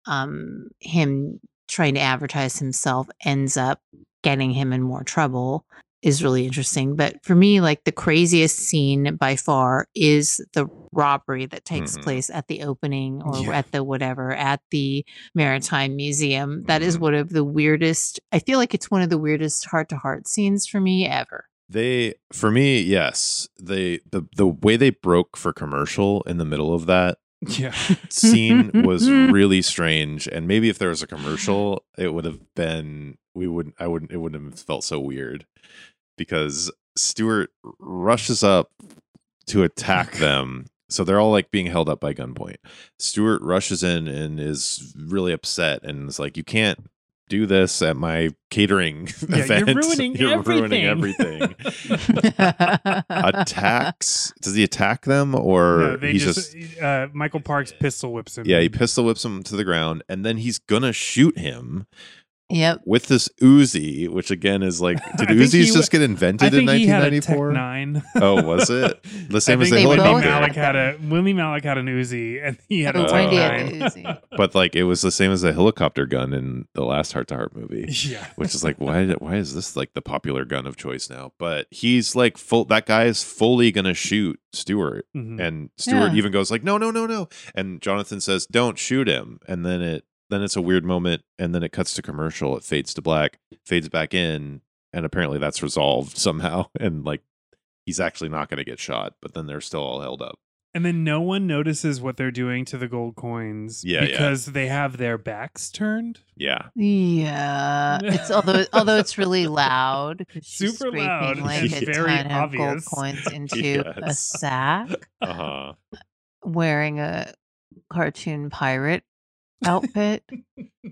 Speaker 2: um, him trying to advertise himself ends up getting him in more trouble is really interesting. But for me, like the craziest scene by far is the robbery that takes
Speaker 3: Mhm.
Speaker 2: place at the opening or
Speaker 1: Yeah.
Speaker 2: at the whatever at the Maritime Museum. That is
Speaker 3: Mhm.
Speaker 2: one of the weirdest. I feel like it's one of the weirdest heart to heart scenes for me ever.
Speaker 3: They for me, yes. They the the way they broke for commercial in the middle of that
Speaker 1: yeah.
Speaker 3: scene was really strange. And maybe if there was a commercial, it would have been we wouldn't I wouldn't it wouldn't have felt so weird because Stewart rushes up to attack them. So they're all like being held up by gunpoint. Stewart rushes in and is really upset and is like, "You can't do this at my catering
Speaker 1: you're
Speaker 3: event.
Speaker 1: ruining
Speaker 3: you're ruining
Speaker 1: everything."
Speaker 3: everything." attacks. Does he attack them or
Speaker 1: No, they
Speaker 3: he's
Speaker 1: just, uh, Michael Parks pistol whips him.
Speaker 3: yeah, he pistol whips him to the ground and then he's gonna shoot him
Speaker 2: Yep.
Speaker 3: with this Uzi, which again is like, did
Speaker 1: I think he
Speaker 3: Uzis
Speaker 1: w-
Speaker 3: just get
Speaker 1: I
Speaker 3: invented in
Speaker 1: think he had a Tech
Speaker 3: 1994?
Speaker 1: Nine.
Speaker 3: Oh, was it? The same
Speaker 1: I
Speaker 3: as
Speaker 1: think
Speaker 2: the
Speaker 1: Willie
Speaker 2: helicopter.
Speaker 1: Malik had a Willie Malik had an Uzi, and he had a
Speaker 2: Oh,
Speaker 1: Tech
Speaker 3: Wendy had
Speaker 1: Nine.
Speaker 2: the Uzi.
Speaker 3: But like, it was the same as the helicopter gun in the last Heart to Heart movie.
Speaker 1: yeah,
Speaker 3: Which is like, why? Why is this like the popular gun of choice now? But he's like full. That guy is fully gonna shoot Stewart,
Speaker 1: Mhm.
Speaker 3: and Stewart
Speaker 2: Yeah.
Speaker 3: even goes like, "No, no, no, no!" And Jonathan says, "Don't shoot him." And then it then it's a weird moment, and then it cuts to commercial. It fades to black, fades back in, and apparently that's resolved somehow. And like, he's actually not going to get shot, but then they're still all held up.
Speaker 1: And then no one notices what they're doing to the gold coins
Speaker 3: Yeah, yeah.
Speaker 1: because they have their backs turned.
Speaker 3: Yeah.
Speaker 2: Yeah, it's although although it's really loud, 'cause she's
Speaker 1: Super
Speaker 2: scraping
Speaker 1: loud
Speaker 2: like
Speaker 1: and
Speaker 2: a
Speaker 1: very
Speaker 2: ton of gold
Speaker 1: obvious.
Speaker 2: coins into a
Speaker 3: Yes.
Speaker 2: sack,
Speaker 3: Uh huh.
Speaker 2: wearing a cartoon pirate outfit.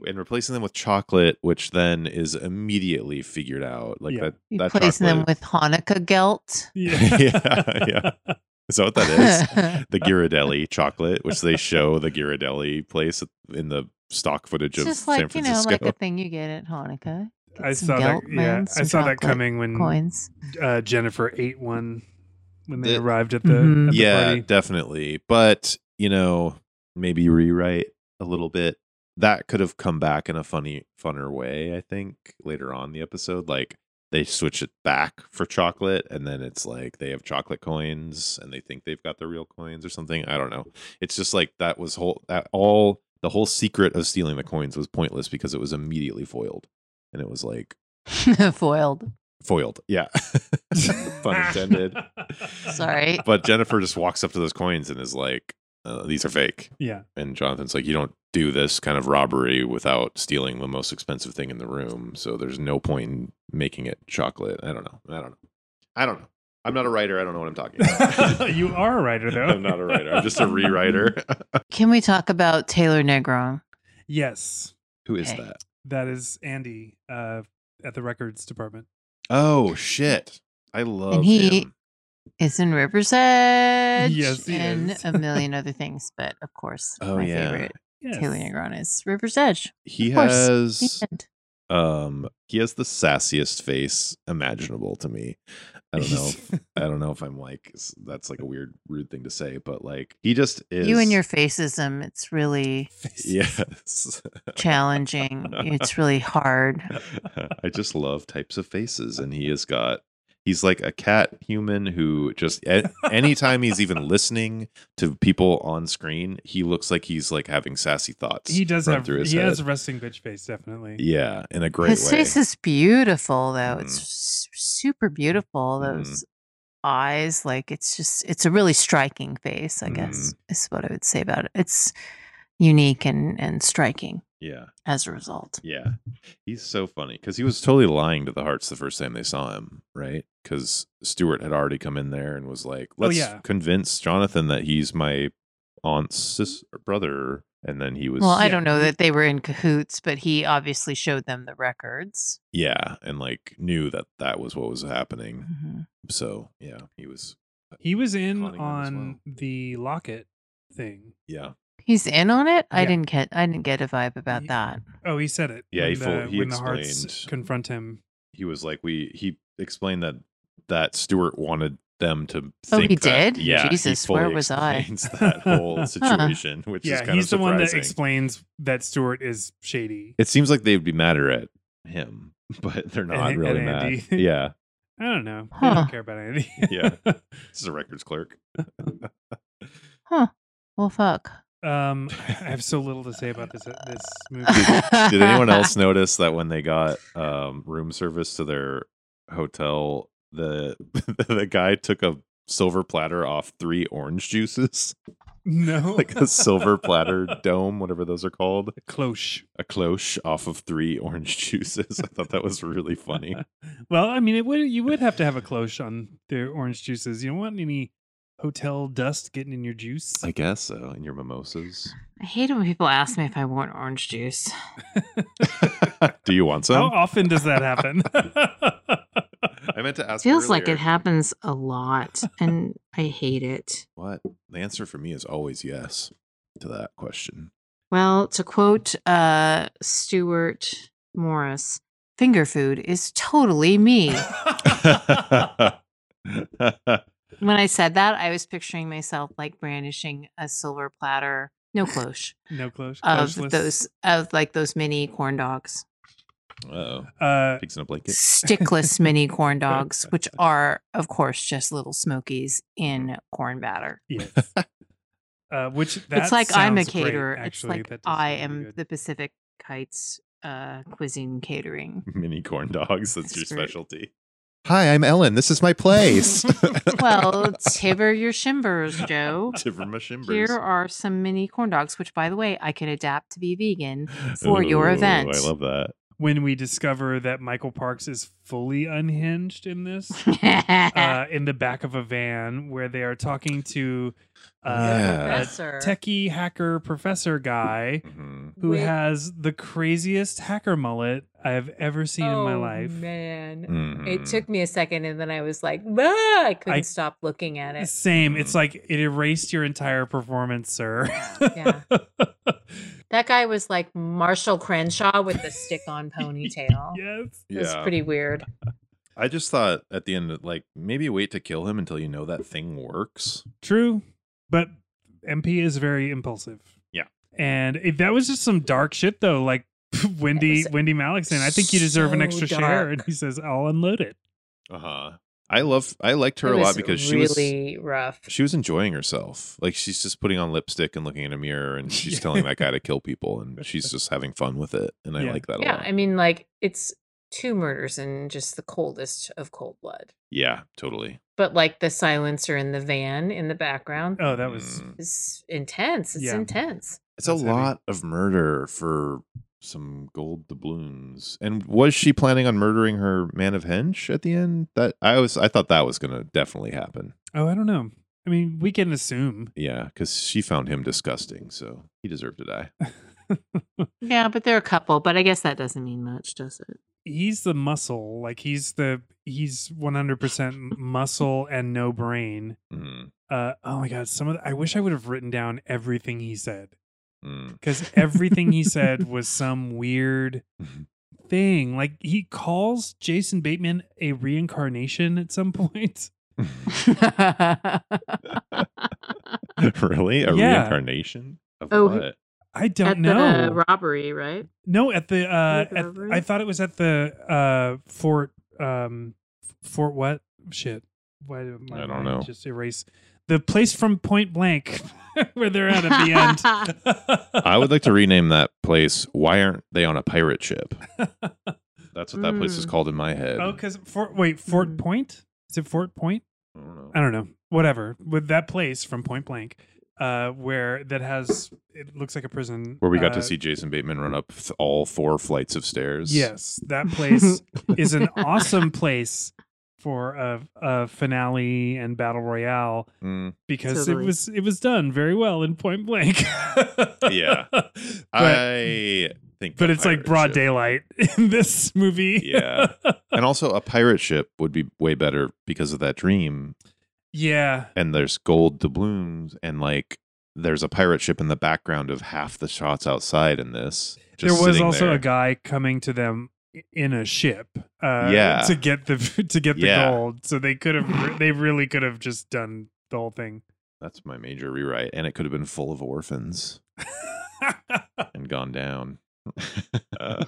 Speaker 3: And replacing them with chocolate, which then is immediately figured out. Like
Speaker 1: Yeah.
Speaker 3: that. that
Speaker 2: replacing them
Speaker 3: chocolate-
Speaker 2: with Hanukkah gelt.
Speaker 3: Yeah, Is that what that is? the Ghirardelli chocolate, which they show the Ghirardelli place in the stock footage
Speaker 2: It's
Speaker 3: of
Speaker 2: just
Speaker 3: San
Speaker 2: like you know,
Speaker 3: Francisco.
Speaker 2: like a thing you get at Hanukkah. Get
Speaker 1: I
Speaker 2: some
Speaker 1: saw that.
Speaker 2: gelt,
Speaker 1: Yeah,
Speaker 2: man,
Speaker 1: I
Speaker 2: some
Speaker 1: saw that
Speaker 2: chocolate
Speaker 1: coming when
Speaker 2: Coins.
Speaker 1: uh, Jennifer ate one when they
Speaker 3: The-
Speaker 1: arrived at the,
Speaker 2: Mhm.
Speaker 1: at the
Speaker 3: yeah,
Speaker 1: party.
Speaker 3: definitely. But you know, maybe rewrite a little bit. That could have come back in a funny, funner way. I think later on in the episode, like they switch it back for chocolate, and then it's like they have chocolate coins, and they think they've got the real coins or something. I don't know. It's just like that was whole that all the whole secret of stealing the coins was pointless because it was immediately foiled, and it was like
Speaker 2: Foiled.
Speaker 3: foiled. Yeah, pun intended.
Speaker 2: Sorry.
Speaker 3: but Jennifer just walks up to those coins and is like, uh, "These are fake."
Speaker 1: Yeah.
Speaker 3: And Jonathan's like, "You don't do this kind of robbery without stealing the most expensive thing in the room. So there's no point in making it chocolate." I don't know. I don't know. I don't know. I'm not a writer. I don't know what I'm talking about.
Speaker 1: you are a writer, though.
Speaker 3: I'm not a writer. I'm just a rewriter.
Speaker 2: Can we talk about Taylor Negron?
Speaker 1: Yes,
Speaker 3: Who is
Speaker 2: Okay.
Speaker 3: that?
Speaker 1: that is Andy uh, at the records department.
Speaker 3: Oh shit! I love
Speaker 2: he-
Speaker 3: him.
Speaker 2: It's in River's Edge.
Speaker 1: Yes, he
Speaker 2: and
Speaker 1: is.
Speaker 2: a million other things, but of course,
Speaker 3: Oh,
Speaker 2: my
Speaker 3: yeah.
Speaker 2: favorite
Speaker 1: Yes.
Speaker 2: Taylor Negron is River's Edge.
Speaker 3: He
Speaker 2: Of course. The
Speaker 3: has
Speaker 2: end.
Speaker 3: um he has the sassiest face imaginable to me. I don't know. if- I don't know if I'm like s- that's like a weird rude thing to say, but like he just is.
Speaker 2: You and your facism, it's really
Speaker 3: yes.
Speaker 2: challenging. it's really hard.
Speaker 3: I just love types of faces, and he has got. He's like a cat human who just a- anytime he's even listening to people on screen, he looks like he's like having sassy thoughts.
Speaker 1: he does
Speaker 3: run
Speaker 1: have.
Speaker 3: through his
Speaker 1: He
Speaker 3: head.
Speaker 1: has a resting bitch face, definitely.
Speaker 3: yeah, in a great
Speaker 2: His
Speaker 3: way.
Speaker 2: face is beautiful, though. It's
Speaker 3: Mhm.
Speaker 2: s- super beautiful.
Speaker 3: Mhm.
Speaker 2: Those eyes, like it's just, it's a really striking face. I guess
Speaker 3: Mm-hmm.
Speaker 2: is what I would say about it. It's unique and and striking
Speaker 3: yeah,
Speaker 2: as a result.
Speaker 3: yeah. He's so funny because he was totally lying to the Hearts the first time they saw him, right? Because Stewart had already come in there and was like,
Speaker 1: Oh,
Speaker 3: "Let's
Speaker 1: yeah.
Speaker 3: convince Jonathan that he's my aunt's sis- brother," and then he was
Speaker 2: Well, I
Speaker 1: Yeah.
Speaker 2: don't know that they were in cahoots, but he obviously showed them the records.
Speaker 3: yeah, and like knew that that was what was
Speaker 2: Mm-hmm.
Speaker 3: happening. So yeah, he was
Speaker 1: He was in
Speaker 3: Conning them as
Speaker 1: on
Speaker 3: well.
Speaker 1: the locket thing.
Speaker 3: yeah
Speaker 2: He's in on it. I
Speaker 1: Yeah.
Speaker 2: didn't get. I didn't get a vibe about
Speaker 1: Ye-
Speaker 2: that.
Speaker 1: Oh, he said it.
Speaker 3: Yeah,
Speaker 1: when
Speaker 3: he
Speaker 1: the,
Speaker 3: full- he
Speaker 1: when the hearts
Speaker 3: explained-
Speaker 1: confront him.
Speaker 3: he was like we he explained that that Stewart wanted them to
Speaker 2: Oh,
Speaker 3: think
Speaker 2: he
Speaker 3: that-
Speaker 2: did?
Speaker 3: yeah he
Speaker 2: Jesus,
Speaker 3: fully
Speaker 2: where was I?
Speaker 3: explains that whole
Speaker 1: Huh.
Speaker 3: situation which is
Speaker 1: Yeah,
Speaker 3: kind
Speaker 1: he's
Speaker 3: of
Speaker 1: the one that
Speaker 3: surprising.
Speaker 1: explains that Stewart is shady.
Speaker 3: it seems like they'd be madder at him but they're not
Speaker 1: and
Speaker 3: really
Speaker 1: Andy.
Speaker 3: mad yeah
Speaker 1: I don't know. I
Speaker 2: Huh.
Speaker 1: don't care about Andy.
Speaker 3: Yeah. this is a records clerk
Speaker 2: Well, fuck.
Speaker 1: um, I have so little to say about this uh, this movie.
Speaker 3: did anyone else notice that when they got um, room service to their hotel the the guy took a silver platter off three orange juices
Speaker 1: No,
Speaker 3: like a silver platter dome, whatever those are called,
Speaker 1: cloche.
Speaker 3: a cloche off of three orange juices. I thought that was really funny.
Speaker 1: well, I mean, it would you would have to have a cloche on their orange juices. You don't want any hotel dust getting in your juice.
Speaker 3: I guess so. And your mimosas.
Speaker 2: I hate it when people ask me if I want orange juice.
Speaker 3: Do you want some?
Speaker 1: How often does that happen?
Speaker 3: I meant to ask.
Speaker 2: Feels like
Speaker 3: earlier.
Speaker 2: it happens a lot, and I hate it.
Speaker 3: What? The answer for me is always yes to that question.
Speaker 2: Well, to quote uh, Stuart Morris, "Finger food is totally me." when I said that, I was picturing myself like brandishing a silver platter, no cloche,
Speaker 1: no cloche.
Speaker 2: of
Speaker 1: clocheless.
Speaker 2: those of like those mini corn dogs,
Speaker 3: oh,
Speaker 1: Uh,
Speaker 3: pigs in a blanket.
Speaker 2: stickless mini corn dogs, which are of course just little smokies in corn batter.
Speaker 1: yes. Uh, which that
Speaker 2: it's like I'm a
Speaker 1: sounds great,
Speaker 2: caterer.
Speaker 1: actually,
Speaker 2: it's like
Speaker 1: That does
Speaker 2: I
Speaker 1: sound really
Speaker 2: am
Speaker 1: good.
Speaker 2: the Pacific Kites uh, cuisine catering.
Speaker 3: Mini corn dogs. That's your
Speaker 2: That's right.
Speaker 3: specialty. Hi, I'm Ellen. This is my place.
Speaker 2: Well, tiver your shimbers, Joe.
Speaker 3: Tiver my shimbers.
Speaker 2: Here are some mini corn dogs, which, by the way, I can adapt to be vegan for your
Speaker 3: Ooh,
Speaker 2: event.
Speaker 3: I love that.
Speaker 1: when we discover that Michael Parks is fully unhinged in this, uh, in the back of a van where they are talking to uh,
Speaker 3: Yeah.
Speaker 1: a techie hacker professor guy
Speaker 3: Mhm.
Speaker 1: who
Speaker 8: With-
Speaker 1: has the craziest hacker mullet I have ever seen in my
Speaker 8: Oh,
Speaker 1: life.
Speaker 8: Man. It
Speaker 3: Mhm.
Speaker 8: took me a second and then I was like, ah, I couldn't
Speaker 1: Mm. I-
Speaker 8: stop looking at it.
Speaker 1: Same. It's like it erased your entire performance, sir.
Speaker 8: Yeah. That guy was like Marshall Crenshaw with the stick on ponytail.
Speaker 1: yes.
Speaker 8: It was pretty weird.
Speaker 3: I just thought at the end, like maybe wait to kill him until you know that thing works.
Speaker 1: True, but MP is very impulsive.
Speaker 3: Yeah.
Speaker 1: and it, that was just some dark shit, though. Like Wendy,
Speaker 8: was
Speaker 1: Wendy Malick saying, "I think you deserve an
Speaker 8: so
Speaker 1: extra share,"
Speaker 8: dark.
Speaker 1: and he says, "I'll unload it."
Speaker 3: Uh huh. I love. I liked her
Speaker 8: Uh-huh. It
Speaker 3: a lot
Speaker 8: was
Speaker 3: because she was
Speaker 8: really rough.
Speaker 3: she was enjoying herself. Like she's just putting on lipstick and looking in a mirror, and she's
Speaker 1: Yeah.
Speaker 3: telling that guy to kill people, and she's just having fun with it. And I
Speaker 1: Yeah.
Speaker 3: like that a
Speaker 8: Yeah,
Speaker 3: lot.
Speaker 8: I mean, like it's two murders and just the coldest of cold blood.
Speaker 3: yeah, totally.
Speaker 8: But like the silencer in the van in the background
Speaker 1: Oh, that was
Speaker 3: Mm.
Speaker 8: is intense. It's
Speaker 1: Yeah.
Speaker 8: intense.
Speaker 3: It's a
Speaker 1: That's heavy.
Speaker 3: lot of murder for some gold doubloons. And was she planning on murdering her man of hench at the end? That I was I thought that was going to definitely happen.
Speaker 1: oh, I don't know. I mean, we can assume.
Speaker 3: Yeah, cuz she found him disgusting, so he deserved to die.
Speaker 2: yeah, but they're a couple, but I guess that doesn't mean much, does it?
Speaker 1: He's the muscle. Like he's the he's one hundred percent muscle and no brain.
Speaker 3: Mm,
Speaker 1: Uh, oh my god! Some of the, I wish I would have written down everything he said.
Speaker 3: mm.
Speaker 1: because everything he said was some weird
Speaker 3: Mm-hmm.
Speaker 1: thing. Like he calls Jason Bateman a reincarnation at some point.
Speaker 3: Mm. really? A
Speaker 1: Yeah.
Speaker 3: reincarnation of
Speaker 2: Oh, he-
Speaker 3: what?
Speaker 1: I don't
Speaker 2: At
Speaker 1: know.
Speaker 2: the uh, robbery, right?
Speaker 1: no, at the uh,
Speaker 2: Like
Speaker 1: at,
Speaker 2: robbery?
Speaker 1: I thought it was at the uh Fort um Fort what shit? Why did my
Speaker 3: I
Speaker 1: mind
Speaker 3: don't know.
Speaker 1: Just erase the place from Point Blank where they're at at the end.
Speaker 3: I would like to rename that place Why Aren't They on a Pirate Ship? That's what that place is
Speaker 2: Mm.
Speaker 3: called in my head.
Speaker 1: oh, because Fort wait Fort
Speaker 2: Mm.
Speaker 1: Point is it Fort Point?
Speaker 3: I don't know.
Speaker 1: I don't know, whatever. With that place from Point Blank, uh, where that has it looks like a prison.
Speaker 3: Where we got
Speaker 1: uh,
Speaker 3: to see Jason Bateman run up th- all four flights of stairs.
Speaker 1: Yes, that place is an awesome place for a, a finale and battle royale
Speaker 3: Mm.
Speaker 1: because
Speaker 2: Totally.
Speaker 1: it was it was done very well in Point Blank.
Speaker 3: Yeah.
Speaker 1: but,
Speaker 3: I think,
Speaker 1: but
Speaker 3: a
Speaker 1: it's like
Speaker 3: pirate
Speaker 1: broad
Speaker 3: ship-
Speaker 1: daylight in this movie.
Speaker 3: Yeah. and also a pirate ship would be way better because of that dream.
Speaker 1: yeah.
Speaker 3: And there's gold doubloons, and like there's a pirate ship in the background of half the shots outside in this. just
Speaker 1: there was
Speaker 3: sitting
Speaker 1: also
Speaker 3: there.
Speaker 1: a guy coming to them i- in a ship uh
Speaker 3: Yeah.
Speaker 1: to get the to get the
Speaker 3: Yeah.
Speaker 1: gold so they could have re- they really could have just done the whole thing
Speaker 3: That's my major rewrite, and it could have been full of orphans and gone down. Uh.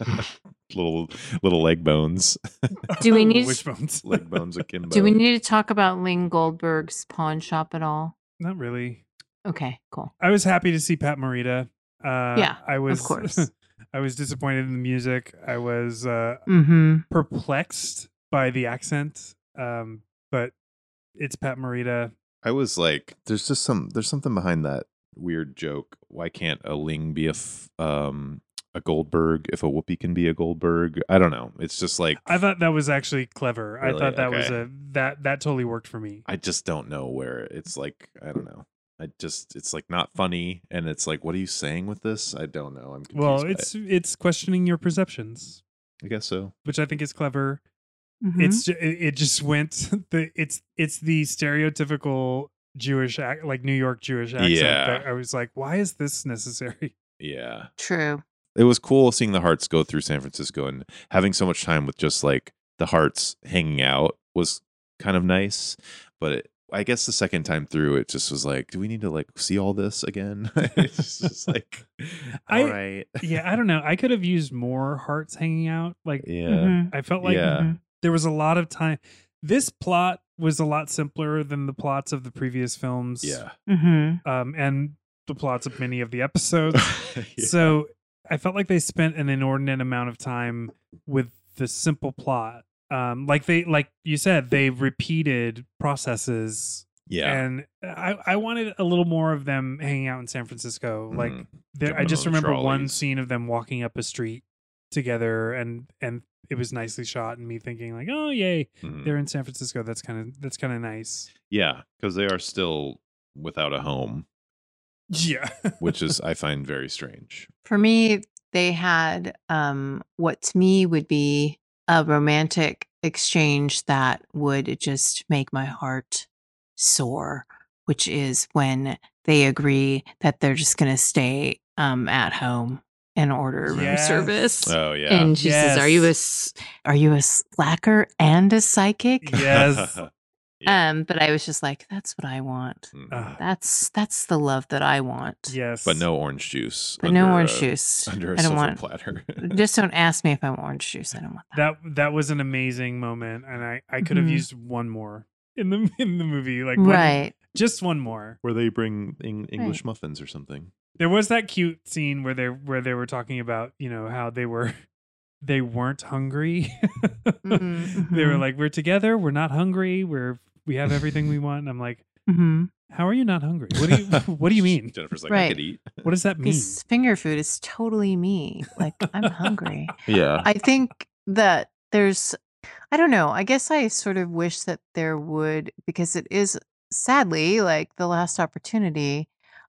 Speaker 3: little little leg bones,
Speaker 2: Do we need
Speaker 1: wishbones
Speaker 3: leg bones akimbo.
Speaker 2: do we need to talk about Ling Goldberg's pawn shop at all?
Speaker 1: not really
Speaker 2: Okay, cool.
Speaker 1: i was happy to see pat morita uh
Speaker 2: Yeah,
Speaker 1: i was
Speaker 2: course.
Speaker 1: i was disappointed in the music i was uh
Speaker 2: Mm-hmm.
Speaker 1: perplexed by the accent um but it's pat morita
Speaker 3: I was like, there's just some, there's something behind that weird joke. Why can't a Ling be a f- um a Goldberg if a Whoopi can be a Goldberg? I don't know. It's just like
Speaker 1: i thought that was actually clever i
Speaker 3: Really?
Speaker 1: thought that was
Speaker 3: Okay.
Speaker 1: a that that totally worked for me
Speaker 3: I just don't know where it's like I don't know. I just it's like not funny, and it's like, what are you saying with this? I don't know. I'm confused.
Speaker 1: Well,
Speaker 3: by
Speaker 1: it's
Speaker 3: it.
Speaker 1: it's questioning your perceptions,
Speaker 3: I guess so.
Speaker 1: which I think is clever.
Speaker 2: mm-hmm.
Speaker 1: It's ju- it, it just went the it's it's the stereotypical Jewish ac- like New York Jewish accent
Speaker 3: Yeah.
Speaker 1: that I was like, why is this necessary?
Speaker 3: Yeah,
Speaker 2: true.
Speaker 3: it was cool seeing the Hearts go through San Francisco and having so much time with just like the Hearts hanging out was kind of nice, but. It, I guess the second time through, it just was like, do we need to like see all this again? it's just like,
Speaker 1: I-
Speaker 3: all right,
Speaker 1: yeah, I don't know. I could have used more hearts hanging out. Like
Speaker 3: yeah,
Speaker 2: Mhm.
Speaker 1: I felt Mm-hmm. like
Speaker 3: yeah,
Speaker 1: there was a lot of time. This plot was a lot simpler than the plots of the previous films,
Speaker 3: yeah.
Speaker 2: Mhm.
Speaker 1: um, and the plots of many of the episodes.
Speaker 3: Yeah.
Speaker 1: So I felt like they spent an inordinate amount of time with the simple plot um like they like you said they repeated processes
Speaker 3: Yeah.
Speaker 1: and I, I wanted a little more of them hanging out in San Francisco. Like
Speaker 3: Mhm.
Speaker 1: there, I
Speaker 3: Jumping
Speaker 1: just
Speaker 3: on the
Speaker 1: remember one
Speaker 3: trolleys.
Speaker 1: scene of them walking up a street together, and and it was nicely shot, and me thinking like, oh yay,
Speaker 3: Mhm.
Speaker 1: they're in San Francisco. That's kind of that's kind of nice.
Speaker 3: Yeah, because they are still without a home,
Speaker 1: Yeah,
Speaker 3: which is I find very strange.
Speaker 2: For me, they had um, what to me would be a romantic exchange that would just make my heart soar, which is when they agree that they're just going to stay um, at home and order room
Speaker 1: Yes.
Speaker 2: service.
Speaker 3: Oh yeah.
Speaker 2: And she says, "Are you a
Speaker 1: Yes.
Speaker 2: s- are you a slacker and a psychic?"
Speaker 1: yes.
Speaker 3: Yeah.
Speaker 2: Um, but I was just like, "That's what I want.
Speaker 3: Mhm.
Speaker 1: Ah,
Speaker 2: That's that's the love that I want."
Speaker 1: yes,
Speaker 3: but no orange juice.
Speaker 2: But no
Speaker 3: under
Speaker 2: orange
Speaker 3: a-
Speaker 2: juice.
Speaker 3: Under a
Speaker 2: I don't
Speaker 3: silver
Speaker 2: want.
Speaker 3: platter.
Speaker 2: Just don't ask me if I want orange juice. I don't want that.
Speaker 1: That that was an amazing moment, and I I could have
Speaker 2: Mhm.
Speaker 1: used one more in the in the movie, like one-
Speaker 2: right.
Speaker 1: just one more.
Speaker 3: Where they bring Eng- English
Speaker 2: Right.
Speaker 3: muffins or something.
Speaker 1: There was that cute scene where they where they were talking about you know how they were they weren't hungry.
Speaker 2: Mhm,
Speaker 1: They were
Speaker 2: mhm.
Speaker 1: like, "We're together. We're not hungry. We're we have everything we want." And I'm like,
Speaker 2: hmm
Speaker 1: "How are you not hungry? What do you What do you mean?
Speaker 3: Jennifer's like, I
Speaker 2: Right.
Speaker 3: could eat.
Speaker 1: What does that mean?"
Speaker 2: Because finger food is totally me. Like I'm hungry.
Speaker 3: Yeah.
Speaker 2: I think that there's, I don't know. I guess I sort of wish that there would, because it is sadly like the last opportunity.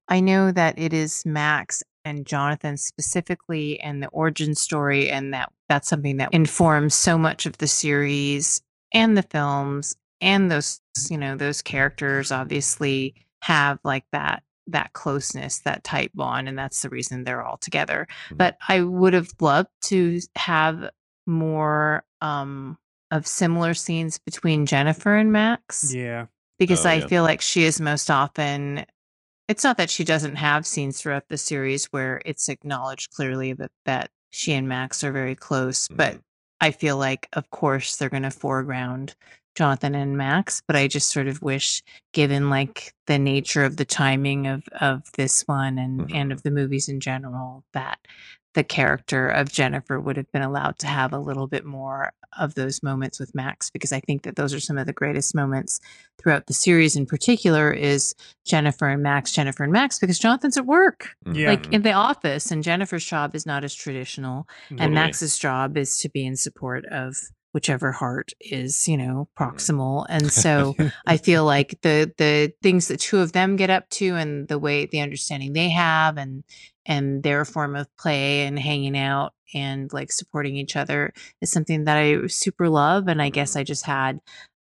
Speaker 2: I know that it is Max and Jonathan specifically and the origin story, and that that's something that informs so much of the series and the films and those, you know, those characters obviously have like that that closeness that type bond and that's the reason they're all together
Speaker 3: Mm-hmm.
Speaker 2: but I would have loved to have more um of similar scenes between Jennifer and Max
Speaker 1: yeah,
Speaker 2: because
Speaker 3: Oh,
Speaker 2: I
Speaker 3: yeah.
Speaker 2: feel like she is most often it's not that she doesn't have scenes throughout the series where it's acknowledged clearly that that she and Max are very close but I feel like of course they're going to foreground Jonathan and Max but I just sort of wish given like the nature of the timing of of this one and and of the movies in general that the character of Jennifer would have been allowed to have a little bit more of those moments with Max because I think that those are some of the greatest moments throughout the series in particular is Jennifer and Max, Jennifer and Max because Jonathan's at work
Speaker 1: Yeah.
Speaker 2: like in the office and Jennifer's job is not as traditional
Speaker 1: Totally.
Speaker 2: and Max's job is to be in support of whichever heart is, you know, proximal and so I feel like the the things that two of them get up to and the way the understanding they have and and their form of play and hanging out and like supporting each other is something that I super love and I guess I just had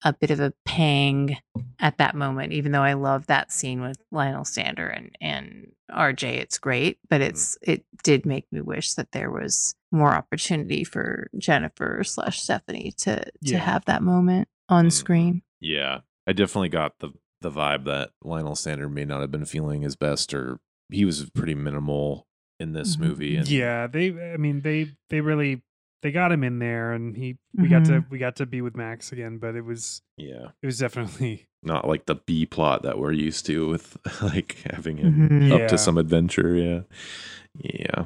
Speaker 2: a bit of a pang at that moment even though I love that scene with Lionel Sander and and RJ it's great but it's it did make me wish that there was more opportunity for Jennifer slash Stephanie to to
Speaker 1: Yeah.
Speaker 2: have that moment on
Speaker 3: Mhm.
Speaker 2: screen
Speaker 3: Yeah, I definitely got the the vibe that Lionel Sander may not have been feeling his best, or he was pretty minimal in this
Speaker 2: Mhm.
Speaker 3: movie. And
Speaker 1: yeah. They, I mean, they they really they got him in there, and he we got to
Speaker 2: Mm-hmm.
Speaker 1: we got to be with Max again, but it was
Speaker 3: yeah,
Speaker 1: it was definitely
Speaker 3: not like the B plot that we're used to with like having him
Speaker 2: Mm-hmm.
Speaker 1: Mhm.
Speaker 3: up
Speaker 1: Yeah.
Speaker 3: to some adventure. Yeah, yeah.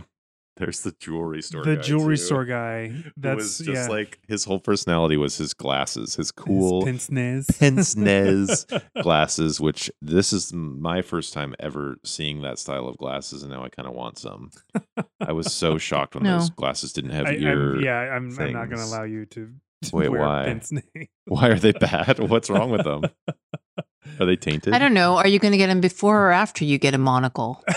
Speaker 3: There's the jewelry store.
Speaker 1: the
Speaker 3: guy,
Speaker 1: jewelry
Speaker 3: too,
Speaker 1: store guy.
Speaker 3: who was
Speaker 1: That's
Speaker 3: just
Speaker 1: yeah,
Speaker 3: like his whole personality was his glasses, his
Speaker 1: His
Speaker 3: cool
Speaker 1: pince nez.
Speaker 3: pince nez glasses. Which this is my first time ever seeing that style of glasses, and now I kind of want some. I was so shocked when
Speaker 2: No.
Speaker 3: those glasses didn't have
Speaker 1: I,
Speaker 3: ear.
Speaker 1: am yeah, I'm, I'm not going to
Speaker 3: things.
Speaker 1: allow you to, to
Speaker 3: Wait,
Speaker 1: wear
Speaker 3: why?
Speaker 1: pince nez.
Speaker 3: Why are they bad? What's wrong with them? Are they tainted?
Speaker 2: I don't know. Are you going to get him before or after you get a monocle?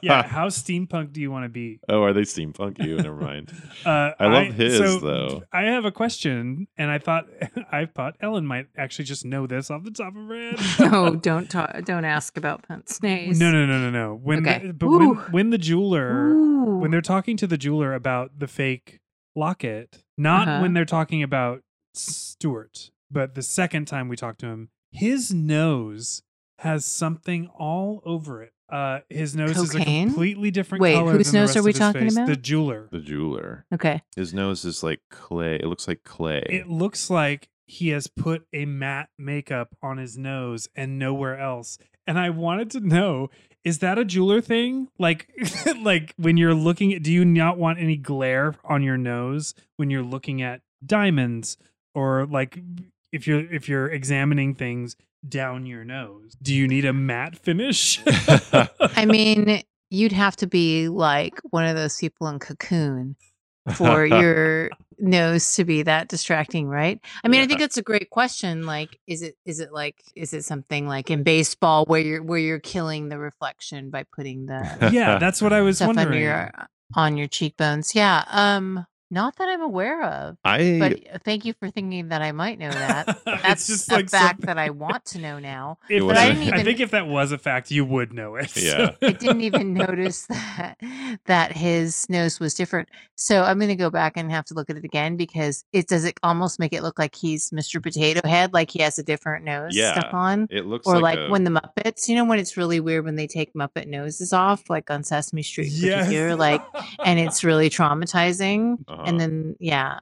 Speaker 1: yeah, how steampunk do you want to be?
Speaker 3: Oh, are they steampunk? You never mind.
Speaker 1: Uh,
Speaker 3: I love his,
Speaker 1: so
Speaker 3: though.
Speaker 1: I have a question, and I thought I thought Ellen might actually just know this off the top of her head.
Speaker 2: no, don't talk, don't ask about pince nez.
Speaker 1: no, no, no, no, no. When
Speaker 2: Okay.
Speaker 1: the, but when,
Speaker 2: Ooh.
Speaker 1: when the jeweler
Speaker 2: Ooh.
Speaker 1: when they're talking to the jeweler about the fake locket, not
Speaker 2: Uh-huh.
Speaker 1: when they're talking about Stuart, but the second time we talked to him, his nose has something all over it. Uh, his nose is a
Speaker 2: Cocaine?
Speaker 1: completely different
Speaker 2: Wait,
Speaker 1: color.
Speaker 2: whose
Speaker 1: than the
Speaker 2: nose
Speaker 1: rest
Speaker 2: are we
Speaker 1: of his
Speaker 2: talking
Speaker 1: face.
Speaker 2: about?
Speaker 1: The jeweler.
Speaker 3: The jeweler.
Speaker 2: okay.
Speaker 3: His nose is like clay. It looks like clay.
Speaker 1: It looks like he has put a matte makeup on his nose and nowhere else. And I wanted to know, is that a jeweler thing? Like like when you're looking at do you not want any glare on your nose when you're looking at diamonds or like if you're if you're examining things down your nose, do you need a matte finish?
Speaker 2: I mean, you'd have to be like one of those people in Cocoon for your nose to be that distracting, right? I mean, I think that's a great question. Like, is it is it like is it something like in baseball where you're where you're killing the reflection by putting the
Speaker 1: yeah, that's what I was
Speaker 2: stuff under
Speaker 1: wondering.
Speaker 2: your on your cheekbones? Yeah. Um, not that I'm aware of.
Speaker 3: I
Speaker 2: But uh, thank you for thinking that I might know that.
Speaker 1: It's
Speaker 2: That's
Speaker 1: just
Speaker 2: a
Speaker 1: like
Speaker 2: fact
Speaker 1: something-
Speaker 2: that I want to know now.
Speaker 1: If
Speaker 3: It
Speaker 1: that-
Speaker 3: was
Speaker 1: I,
Speaker 3: a-
Speaker 2: I
Speaker 1: think
Speaker 2: didn't
Speaker 1: if that was a fact, you would know it.
Speaker 3: Yeah.
Speaker 2: I didn't even notice that that his nose was different. So I'm going to go back and have to look at it again because it does it almost make it look like he's Mr. Potato Head, like he has a different nose
Speaker 3: Yeah.
Speaker 2: stuck on.
Speaker 3: it looks
Speaker 2: Or like,
Speaker 3: like, a-
Speaker 2: when the Muppets, you know, when it's really weird when they take Muppet noses off, like on Sesame Street in particular, like, and it's really traumatizing.
Speaker 3: Uh-huh.
Speaker 2: And then, yeah,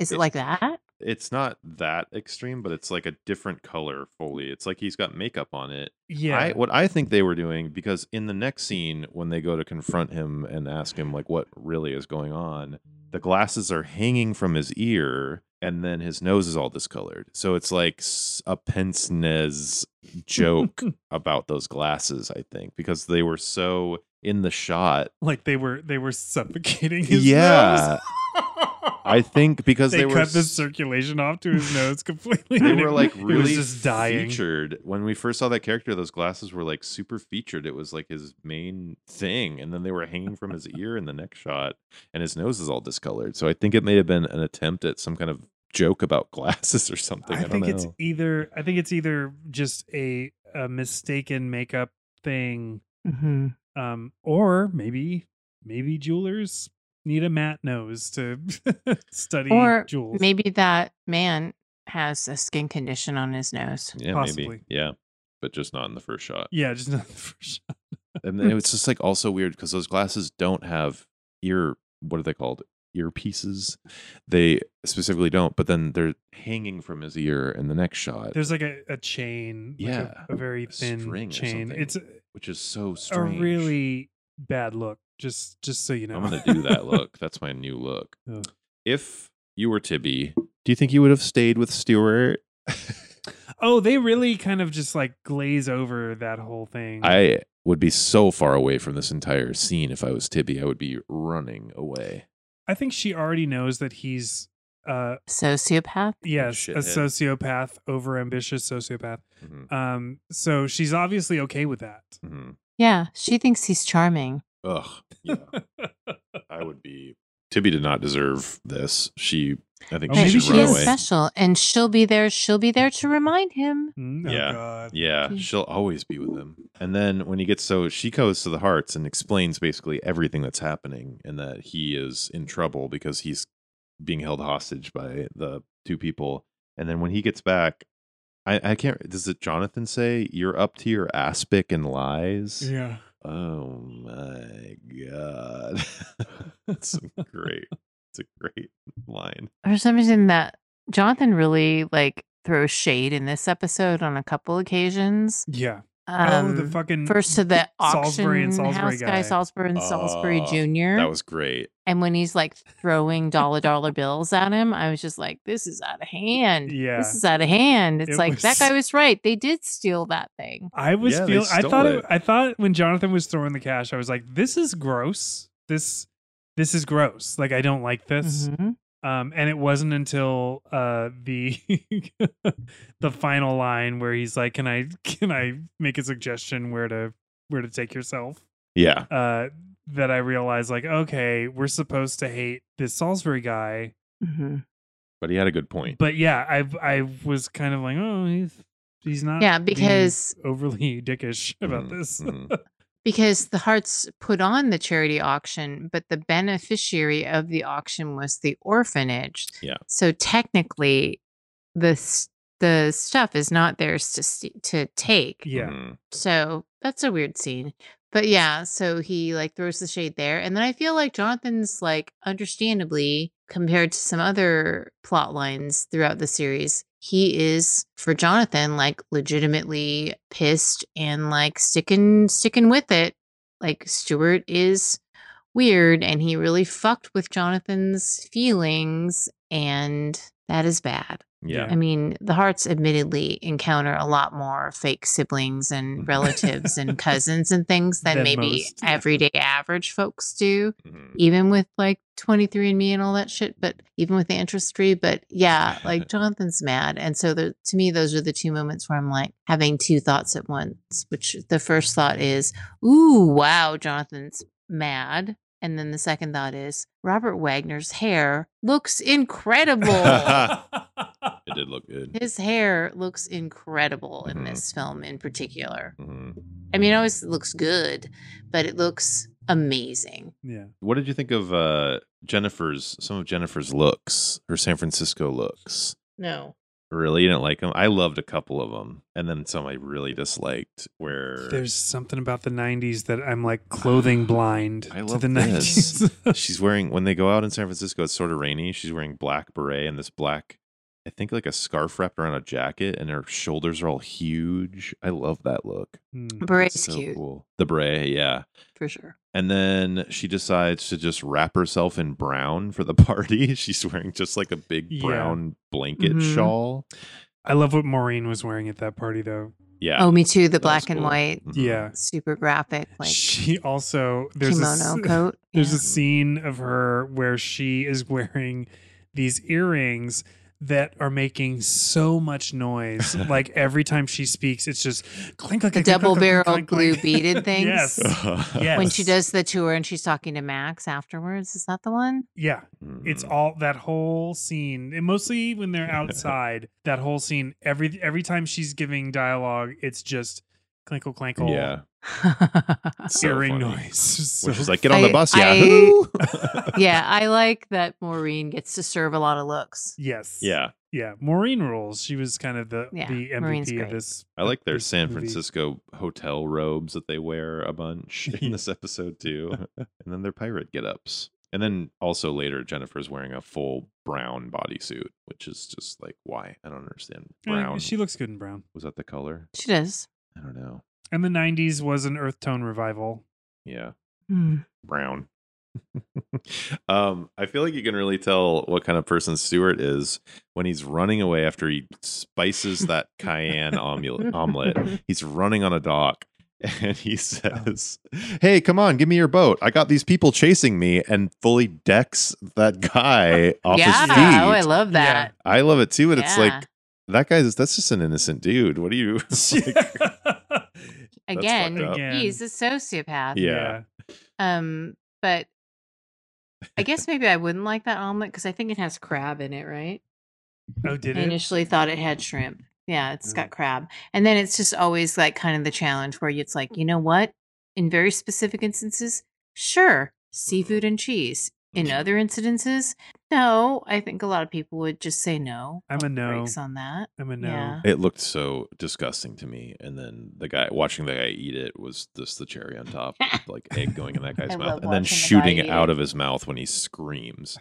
Speaker 2: is it
Speaker 3: It-
Speaker 2: like that?
Speaker 3: it's not that extreme, but it's like a different color fully. It's like he's got makeup on it.
Speaker 1: yeah.
Speaker 3: I, what I think they were doing because in the next scene when they go to confront him and ask him like what really is going on, the glasses are hanging from his ear and then his nose is all discolored. So it's like s- a pince nez joke about those glasses, I think, because they were so in the shot.
Speaker 1: like they were they were suffocating his
Speaker 3: yeah.
Speaker 1: nose.
Speaker 3: I think because
Speaker 1: they,
Speaker 3: they, were
Speaker 1: cut the
Speaker 3: s-
Speaker 1: circulation off to his nose completely.
Speaker 3: they
Speaker 1: and
Speaker 3: were
Speaker 1: it-
Speaker 3: like
Speaker 1: it
Speaker 3: really
Speaker 1: was just dying.
Speaker 3: featured when we first saw that character those glasses were like super featured it was like his main thing and then they were hanging from his ear in the next shot and his nose is all discolored so i think it may have been an attempt at some kind of joke about glasses or something i,
Speaker 1: I
Speaker 3: don't
Speaker 1: think
Speaker 3: know
Speaker 1: it's either I think it's either just a, a mistaken makeup thing,
Speaker 2: Mm-hmm.
Speaker 1: um, or maybe maybe jewelers need a matte nose to study
Speaker 2: Or
Speaker 1: jewels.
Speaker 2: Maybe that man has a skin condition on his nose.
Speaker 3: yeah
Speaker 1: possibly.
Speaker 3: maybe yeah but just not in the first shot
Speaker 1: yeah, just not the first shot.
Speaker 3: and then it's just like also weird because those glasses don't have ear what are they called earpieces they specifically don't but then they're hanging from his ear in the next shot
Speaker 1: There's like a, a chain, like a-
Speaker 3: Yeah,
Speaker 1: a, very
Speaker 3: a
Speaker 1: thin
Speaker 3: string or
Speaker 1: chain.
Speaker 3: something.
Speaker 1: It's
Speaker 3: which is so
Speaker 1: a
Speaker 3: strange.
Speaker 1: really bad look. Just just so you know,
Speaker 3: I'm gonna do that look. That's my new look.
Speaker 1: Oh.
Speaker 3: If you were Tibby, do you think you would have stayed with Stewart?
Speaker 1: oh, they really kind of just like glaze over that whole thing.
Speaker 3: I would be so far away from this entire scene if I was Tibby. I would be running away.
Speaker 1: I think she already knows that he's uh
Speaker 2: Sociopath?
Speaker 1: yes, a
Speaker 3: shithead.
Speaker 1: sociopath, overambitious sociopath.
Speaker 3: Mhm,
Speaker 1: Um so she's obviously okay with that.
Speaker 3: mhm.
Speaker 2: Yeah, she thinks he's charming.
Speaker 3: Ugh. Yeah, I would be. Tibby did not deserve this. She, I think,
Speaker 1: Oh,
Speaker 2: But
Speaker 3: she
Speaker 1: maybe
Speaker 3: should
Speaker 1: she
Speaker 2: she
Speaker 3: run
Speaker 1: is
Speaker 2: is
Speaker 3: away.
Speaker 2: special, and she'll be there. She'll be there to remind him.
Speaker 1: Mm,
Speaker 3: Yeah.
Speaker 1: Oh god.
Speaker 3: Yeah,
Speaker 2: Mm.
Speaker 3: she'll always be with him. And then when he gets so she goes to the hearts and explains basically everything that's happening and that he is in trouble because he's being held hostage by the two people. And then when he gets back, I, I can't does it Jonathan say you're up to your aspic and lies?
Speaker 1: Yeah.
Speaker 3: Oh my god. that's a great. It's a great line.
Speaker 2: For some reason, that Jonathan really like throws shade in this episode on a couple occasions.
Speaker 1: Yeah. oh
Speaker 2: Um,
Speaker 1: the fucking
Speaker 2: first to the auction
Speaker 1: Salisbury and Salisbury
Speaker 2: house guy,
Speaker 1: guy. Uh,
Speaker 2: Salisbury and Salisbury
Speaker 3: Oh,
Speaker 2: Jr.
Speaker 3: That was great.
Speaker 2: and when he's like throwing dollar dollar bills at him, I was just like, "This is out of hand.
Speaker 1: Yeah.
Speaker 2: This is out of hand." It's
Speaker 1: It
Speaker 2: like
Speaker 1: was-
Speaker 2: that guy was right. They did steal that thing.
Speaker 1: I was
Speaker 3: Yeah, they
Speaker 1: feeling I
Speaker 3: stole
Speaker 1: thought it.
Speaker 3: it.
Speaker 1: I thought when Jonathan was throwing the cash, I was like, this is gross. This this is gross. Like I don't like this.
Speaker 2: Mhm.
Speaker 1: Um, and it wasn't until uh, the the final line where he's like, "Can I can I make a suggestion where to where to take yourself?"
Speaker 3: Yeah.
Speaker 1: Uh, that I realized, like, okay, we're supposed to hate this Salisbury guy,
Speaker 2: Mhm.
Speaker 3: But he had a good point.
Speaker 1: but yeah, I I was kind of like, oh, he's he's not,
Speaker 2: Yeah,
Speaker 1: being
Speaker 2: because-
Speaker 1: overly dickish about
Speaker 3: Mhm,
Speaker 1: this.
Speaker 3: mhm.
Speaker 2: Because the Hearts put on the charity auction, but the beneficiary of the auction was the orphanage.
Speaker 3: Yeah.
Speaker 2: So technically, the s- the stuff is not theirs to st- to take.
Speaker 1: yeah,
Speaker 3: Mhm.
Speaker 2: So that's a weird scene. But yeah, so he like throws the shade there. And then I feel like Jonathan's like understandably compared to some other plot lines throughout the series, he is for Jonathan like legitimately pissed and like sticking sticking with it. Like Stuart is weird and he really fucked with Jonathan's feelings and That is bad.
Speaker 3: Yeah.
Speaker 2: I mean, the Hearts admittedly encounter a lot more fake siblings and relatives and cousins and things than,
Speaker 1: Than
Speaker 2: maybe
Speaker 1: most.
Speaker 2: everyday average folks do,
Speaker 3: Mhm.
Speaker 2: even with like 23andMe and all that shit, but even with the ancestry. But yeah, like Jonathan's mad. And so the, to me, those are the two moments where I'm like having two thoughts at once, which the first thought is, ooh, wow, Jonathan's mad. And then the second thought is, Robert Wagner's hair looks incredible.
Speaker 3: It did look good.
Speaker 2: His hair looks incredible in
Speaker 3: Mhm.
Speaker 2: this film in particular.
Speaker 3: Mhm.
Speaker 2: I mean, it always looks good, but it looks amazing.
Speaker 1: yeah.
Speaker 3: What did you think of uh, Jennifer's, some of Jennifer's looks, her San Francisco looks?
Speaker 8: No.
Speaker 3: Really? You didn't like them? I loved a couple of them. And then some I really disliked where
Speaker 1: There's something about the 90s that I'm like clothing blind
Speaker 3: I
Speaker 1: to
Speaker 3: love
Speaker 1: the
Speaker 3: this.
Speaker 1: 90s.
Speaker 3: she's wearing, when they go out in San Francisco, it's sort of rainy. She's wearing black beret and this black, I think like a scarf wrapped around a jacket, and her shoulders are all huge. I love that look.
Speaker 1: Hmm.
Speaker 2: Beret's
Speaker 3: so
Speaker 2: cute
Speaker 3: cool. The beret, yeah.
Speaker 2: for sure.
Speaker 3: And then she decides to just wrap herself in brown for the party. She's wearing just like a big
Speaker 1: Yeah. Mm-hmm.
Speaker 3: brown blanket
Speaker 2: Mhm.
Speaker 3: shawl.
Speaker 1: I love what Maureen was wearing at that party, though.
Speaker 3: Yeah.
Speaker 2: Oh, me too.
Speaker 3: that
Speaker 2: The
Speaker 3: was
Speaker 2: black and
Speaker 3: cool.
Speaker 2: white,
Speaker 3: Mhm.
Speaker 1: Yeah.
Speaker 2: super graphic, like
Speaker 1: she also, there's a, s-
Speaker 2: kimono coat.
Speaker 1: There's
Speaker 2: Yeah.
Speaker 1: a scene of her where she is wearing these earrings that are making so much noise. like every time she speaks, it's just clink, clink,
Speaker 2: The
Speaker 1: clink, clink,
Speaker 2: double
Speaker 1: clink, clink,
Speaker 2: barrel
Speaker 1: clink, clink.
Speaker 2: blue beaded things?
Speaker 1: yes.
Speaker 3: yeah.
Speaker 2: When she
Speaker 1: Yes.
Speaker 2: does the tour and she's talking to Max afterwards, is that the one?
Speaker 1: Yeah.
Speaker 3: Mm.
Speaker 1: It's all that whole scene, and mostly when they're outside, that whole scene. Every every time she's giving dialogue, it's just clinkle clankle
Speaker 3: yeah. So
Speaker 1: earring
Speaker 3: funny.
Speaker 1: noise. So
Speaker 3: Which is like, get on the
Speaker 2: I-
Speaker 3: bus,
Speaker 2: I-
Speaker 3: Yahoo!
Speaker 2: yeah, I like that Maureen gets to serve a lot of looks.
Speaker 1: yes,
Speaker 3: yeah.
Speaker 1: yeah. Maureen rules. She was kind of the
Speaker 2: Yeah,
Speaker 1: the
Speaker 2: Maureen's
Speaker 1: MVP of
Speaker 2: great.
Speaker 1: this.
Speaker 3: I like their
Speaker 1: this
Speaker 3: San
Speaker 1: movie.
Speaker 3: Francisco hotel robes that they wear a bunch in this episode too, and then their pirate get-ups. And then also later, Jennifer's wearing a full brown bodysuit, which is just like why I don't understand.
Speaker 1: Eh,
Speaker 3: Brown
Speaker 1: She looks good in brown.
Speaker 3: was that the color?
Speaker 2: She does.
Speaker 3: I don't know.
Speaker 1: And the '90s was an Earth Tone revival.
Speaker 3: Yeah,
Speaker 2: Hmm.
Speaker 3: brown. um, I feel like you can really tell what kind of person Stewart is when he's running away after he spices that cayenne omelet. omelet. He's running on a dock and he says, "Hey, come on, give me your boat. I got these people chasing me." And fully decks that guy off his
Speaker 2: yeah.
Speaker 3: feet.
Speaker 2: Oh, I love that.
Speaker 3: I love it too, and it's
Speaker 2: Yeah.
Speaker 3: like that guy's that's just an innocent dude. What do you? That's
Speaker 2: Again,
Speaker 3: fucked up.
Speaker 1: Again.
Speaker 2: he's a sociopath.
Speaker 3: yeah.
Speaker 2: Um, but I guess maybe I wouldn't like that omelet because I think it has crab in it, right?
Speaker 1: Oh, did
Speaker 2: I
Speaker 1: it? Mm.
Speaker 2: initially thought it had shrimp. Yeah, it's got crab. And then it's just always like kind of the challenge where it's like, you know what? In very specific instances, sure,
Speaker 1: Mm-hmm.
Speaker 2: seafood and cheese. In other incidences, no. I think a lot of people would just say no.
Speaker 1: I'm a
Speaker 2: pump the
Speaker 1: no.
Speaker 2: Brakes on that.
Speaker 1: I'm a no.
Speaker 2: Yeah.
Speaker 3: It looked so disgusting to me, and then the guy watching the guy eat it was just the cherry on top, like egg going in that guy's
Speaker 6: I
Speaker 3: mouth,
Speaker 6: love
Speaker 3: and then
Speaker 6: watching the guy
Speaker 3: shooting
Speaker 6: eat
Speaker 3: it
Speaker 6: it.
Speaker 3: out of his mouth when he screams.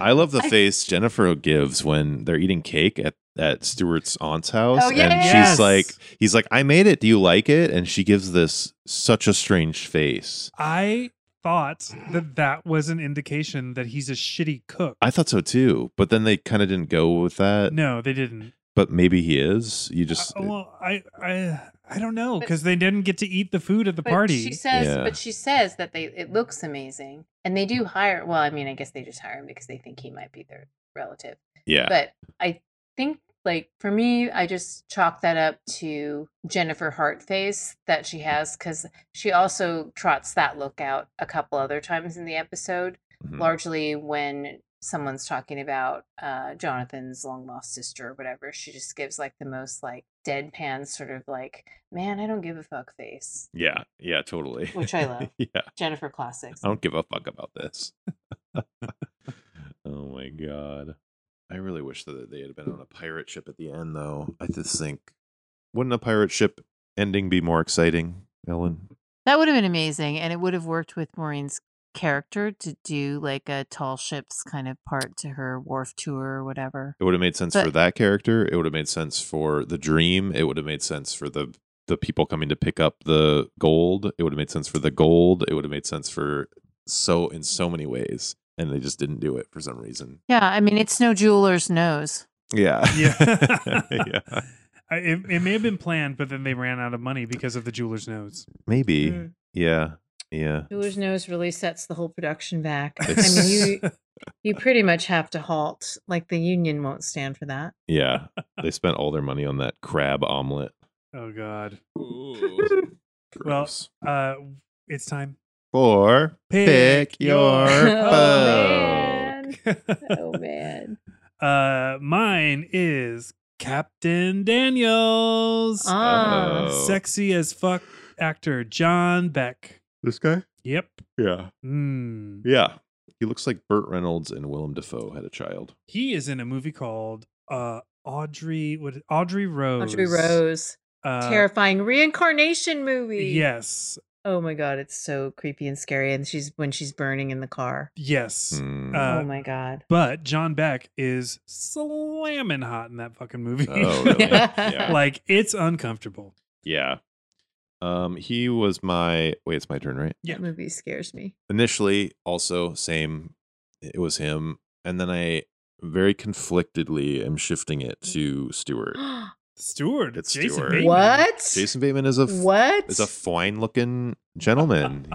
Speaker 3: I love the face Jennifer gives when they're eating cake at at Stewart's aunt's house,
Speaker 6: Oh,
Speaker 3: and
Speaker 1: yes.
Speaker 3: she's like, "He's like, I made it. Do you like it?" And she gives this such a strange face.
Speaker 1: I thought that that was an indication that he's a shitty cook.
Speaker 3: I thought so too, but then they kind of didn't go with that.
Speaker 1: no, they didn't.
Speaker 3: But maybe he is. You just
Speaker 1: I, Uh, well, I, I, I don't know because they didn't get to eat the food at the
Speaker 2: But
Speaker 1: party.
Speaker 2: She says,
Speaker 3: Yeah.
Speaker 2: but she says that they it looks amazing, and they do hire. Well, I mean, I guess they just hire him because they think he might be their relative.
Speaker 3: yeah.
Speaker 2: But I think, like for me, I just chalk that up to Jennifer Hart face that she has because she also trots that look out a couple other times in the episode,
Speaker 3: Mhm.
Speaker 2: largely when someone's talking about uh, Jonathan's long lost sister or whatever. She just gives like the most like deadpan sort of like, man, I don't give a fuck face
Speaker 3: Yeah, yeah, totally.
Speaker 2: Which I love.
Speaker 3: yeah,
Speaker 2: Jennifer Classics.
Speaker 3: I don't give a fuck about this. oh my god, I really wish that they had been on a pirate ship at the end, though. I just think wouldn't a pirate ship ending be more exciting, Ellen?
Speaker 2: That would have been amazing, and it would have worked with Maureen's character to do like a tall ships kind of part to her wharf tour or whatever.
Speaker 3: It would have made sense for
Speaker 2: But-
Speaker 3: that character. It would have made sense for the dream. It would have made sense for the the people coming to pick up the gold. It would have made sense for the gold. It would have made sense for so in so many ways. and they just didn't do it for some reason.
Speaker 2: Yeah, I mean it's no jeweler's nose.
Speaker 3: Yeah.
Speaker 1: Yeah.
Speaker 3: yeah.
Speaker 1: I- It, it may have been planned, but then they ran out of money because of the jeweler's nose.
Speaker 3: Maybe.
Speaker 8: Mm.
Speaker 3: Yeah. Yeah.
Speaker 8: Jeweler's Nose really sets the whole production back. I
Speaker 3: It's-
Speaker 8: mean, you you pretty much have to halt. Like the union won't stand for that.
Speaker 3: Yeah. They spent all their money on that crab omelet.
Speaker 1: Oh God. Well-
Speaker 3: Gross.
Speaker 1: Uh, it's time.
Speaker 3: Four.
Speaker 1: Pick your
Speaker 8: Oh, man.
Speaker 1: uh,
Speaker 8: Oh man.
Speaker 1: mine is Captain Daniels,
Speaker 8: Ah.
Speaker 3: Uh-oh.
Speaker 1: sexy as fuck actor John Beck.
Speaker 3: This guy?
Speaker 1: Yep.
Speaker 3: Yeah.
Speaker 1: Mm.
Speaker 3: Yeah. He looks like Burt Reynolds and Willem Dafoe had a child.
Speaker 1: He is in a movie called uh Audrey. What? Audrey Rose.
Speaker 8: Audrey Rose.
Speaker 1: Uh,
Speaker 8: Terrifying reincarnation movie.
Speaker 1: Yes.
Speaker 8: Oh my god, it's so creepy and scary. And she's when she's burning in the car.
Speaker 1: Yes.
Speaker 3: Hmm.
Speaker 1: Uh,
Speaker 8: oh my god.
Speaker 1: But John Beck is slamming hot in that fucking movie.
Speaker 3: oh, really? Yeah.
Speaker 1: like it's uncomfortable.
Speaker 3: yeah. Um, he was my wait, it's my turn, right?
Speaker 1: Yeah.
Speaker 8: That movie scares me.
Speaker 3: initially also same it was him and then i very conflictedly am shifting it to stewart
Speaker 1: Stewart.
Speaker 3: It's
Speaker 1: Jason
Speaker 3: Stewart.
Speaker 1: Bateman.
Speaker 8: what?
Speaker 3: jason bateman is a f-
Speaker 8: what?
Speaker 3: is a fine looking gentleman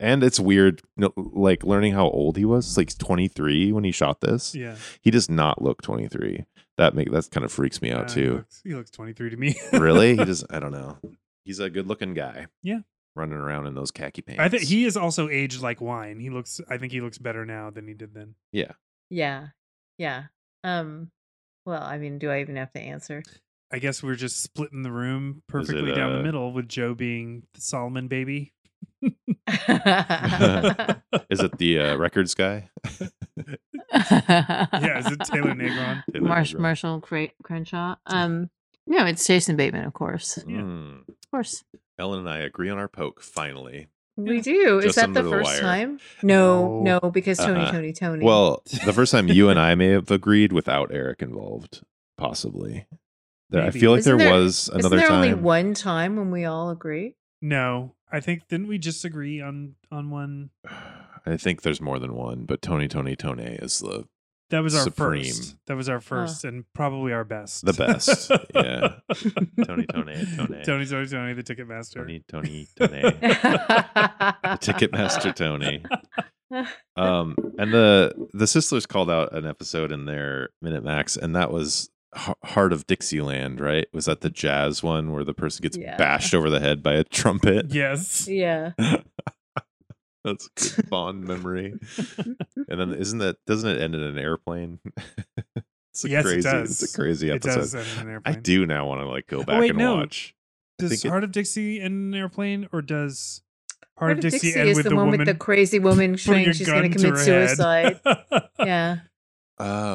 Speaker 3: and it's weird no, like learning how old he was like 23 when he shot this
Speaker 1: Yeah.
Speaker 3: he does not look 23 that make that kind of freaks me
Speaker 1: Uh,
Speaker 3: out
Speaker 1: He
Speaker 3: too
Speaker 1: looks, he looks 23 to me.
Speaker 3: really he just i don't know he's a good looking guy
Speaker 1: Yeah.
Speaker 3: running around in those khaki pants
Speaker 1: I think he is also aged like wine. He looks. I think he looks better now than he did then.
Speaker 8: Yeah. Yeah. Um well, I mean, do I even have to answer?
Speaker 1: I guess we're just splitting the room perfectly
Speaker 3: it,
Speaker 1: down the
Speaker 3: uh,
Speaker 1: middle with Joe being the Solomon baby.
Speaker 3: is it the uh, records guy
Speaker 1: Yeah, is it Taylor Negron?
Speaker 3: Taylor
Speaker 2: Marsh,
Speaker 3: Negron.
Speaker 2: Marshall Cra- Crenshaw. Um, no, it's Jason Bateman, of course, of
Speaker 1: Yeah.
Speaker 3: Mm.
Speaker 2: course.
Speaker 3: Ellen and I agree on our poke finally.
Speaker 8: We do. Is
Speaker 3: Just
Speaker 8: that the
Speaker 3: under the
Speaker 8: first
Speaker 3: wire.
Speaker 8: time? No,
Speaker 1: No.
Speaker 8: no, because Tony,
Speaker 3: Uh-uh.
Speaker 8: Tony, Tony.
Speaker 3: Well, the first time you and I may have agreed without Eric involved, possibly. There, I
Speaker 1: Maybe.
Speaker 3: feel like there,
Speaker 8: Isn't there-
Speaker 3: was
Speaker 8: isn't
Speaker 3: another
Speaker 8: there only
Speaker 3: time.
Speaker 8: one time when we all agree?
Speaker 1: No, I think didn't we just agree on on one?
Speaker 3: I think there's more than one, but Tony, Tony, Tony is the
Speaker 1: That was our
Speaker 3: Supreme.
Speaker 1: first. That was our first, and probably our best.
Speaker 3: The best, yeah. Tony, Tony, Tony.
Speaker 1: Tony, Tony, Tony, the Ticketmaster.
Speaker 3: Tony, Tony, Tony, the Ticketmaster Tony. Um, and the the Sislers called out an episode in their Minute Max, and that was H- Heart of Dixieland, right? Was that the jazz one where the person gets
Speaker 8: Yeah.
Speaker 3: bashed over the head by a trumpet?
Speaker 1: Yes.
Speaker 8: Yeah.
Speaker 3: That's a good fond memory. and then isn't that doesn't it end in an airplane? it's a
Speaker 1: Yes, it
Speaker 3: crazy
Speaker 1: does.
Speaker 3: it's a crazy
Speaker 1: It
Speaker 3: episode.
Speaker 1: does end in an
Speaker 3: I
Speaker 1: airplane. Oh,
Speaker 3: do now want to like go back
Speaker 1: wait,
Speaker 3: and
Speaker 1: no.
Speaker 3: watch.
Speaker 1: Does
Speaker 3: think it-
Speaker 1: Heart of Dixie end in an airplane, or does Heart,
Speaker 8: Heart
Speaker 1: of Dixie, end
Speaker 8: is
Speaker 1: with
Speaker 8: the,
Speaker 1: the,
Speaker 8: one
Speaker 1: woman
Speaker 8: with the crazy woman
Speaker 1: putting
Speaker 8: saying
Speaker 1: a
Speaker 8: she's
Speaker 1: gun
Speaker 8: going to commit
Speaker 1: her head?
Speaker 8: suicide. yeah.
Speaker 3: Oh.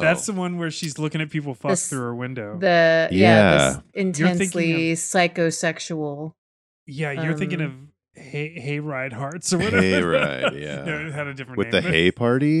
Speaker 1: That's the one where she's looking at people fuck
Speaker 8: This-
Speaker 1: through her window.
Speaker 8: The yeah,
Speaker 3: Yeah.
Speaker 8: this intensely psychosexual.
Speaker 1: yeah, you're thinking of
Speaker 8: um,
Speaker 1: hay, Hayride Hearts or whatever.
Speaker 3: Hayride, yeah.
Speaker 1: no, it had a different
Speaker 3: with
Speaker 1: name.
Speaker 3: the hay party.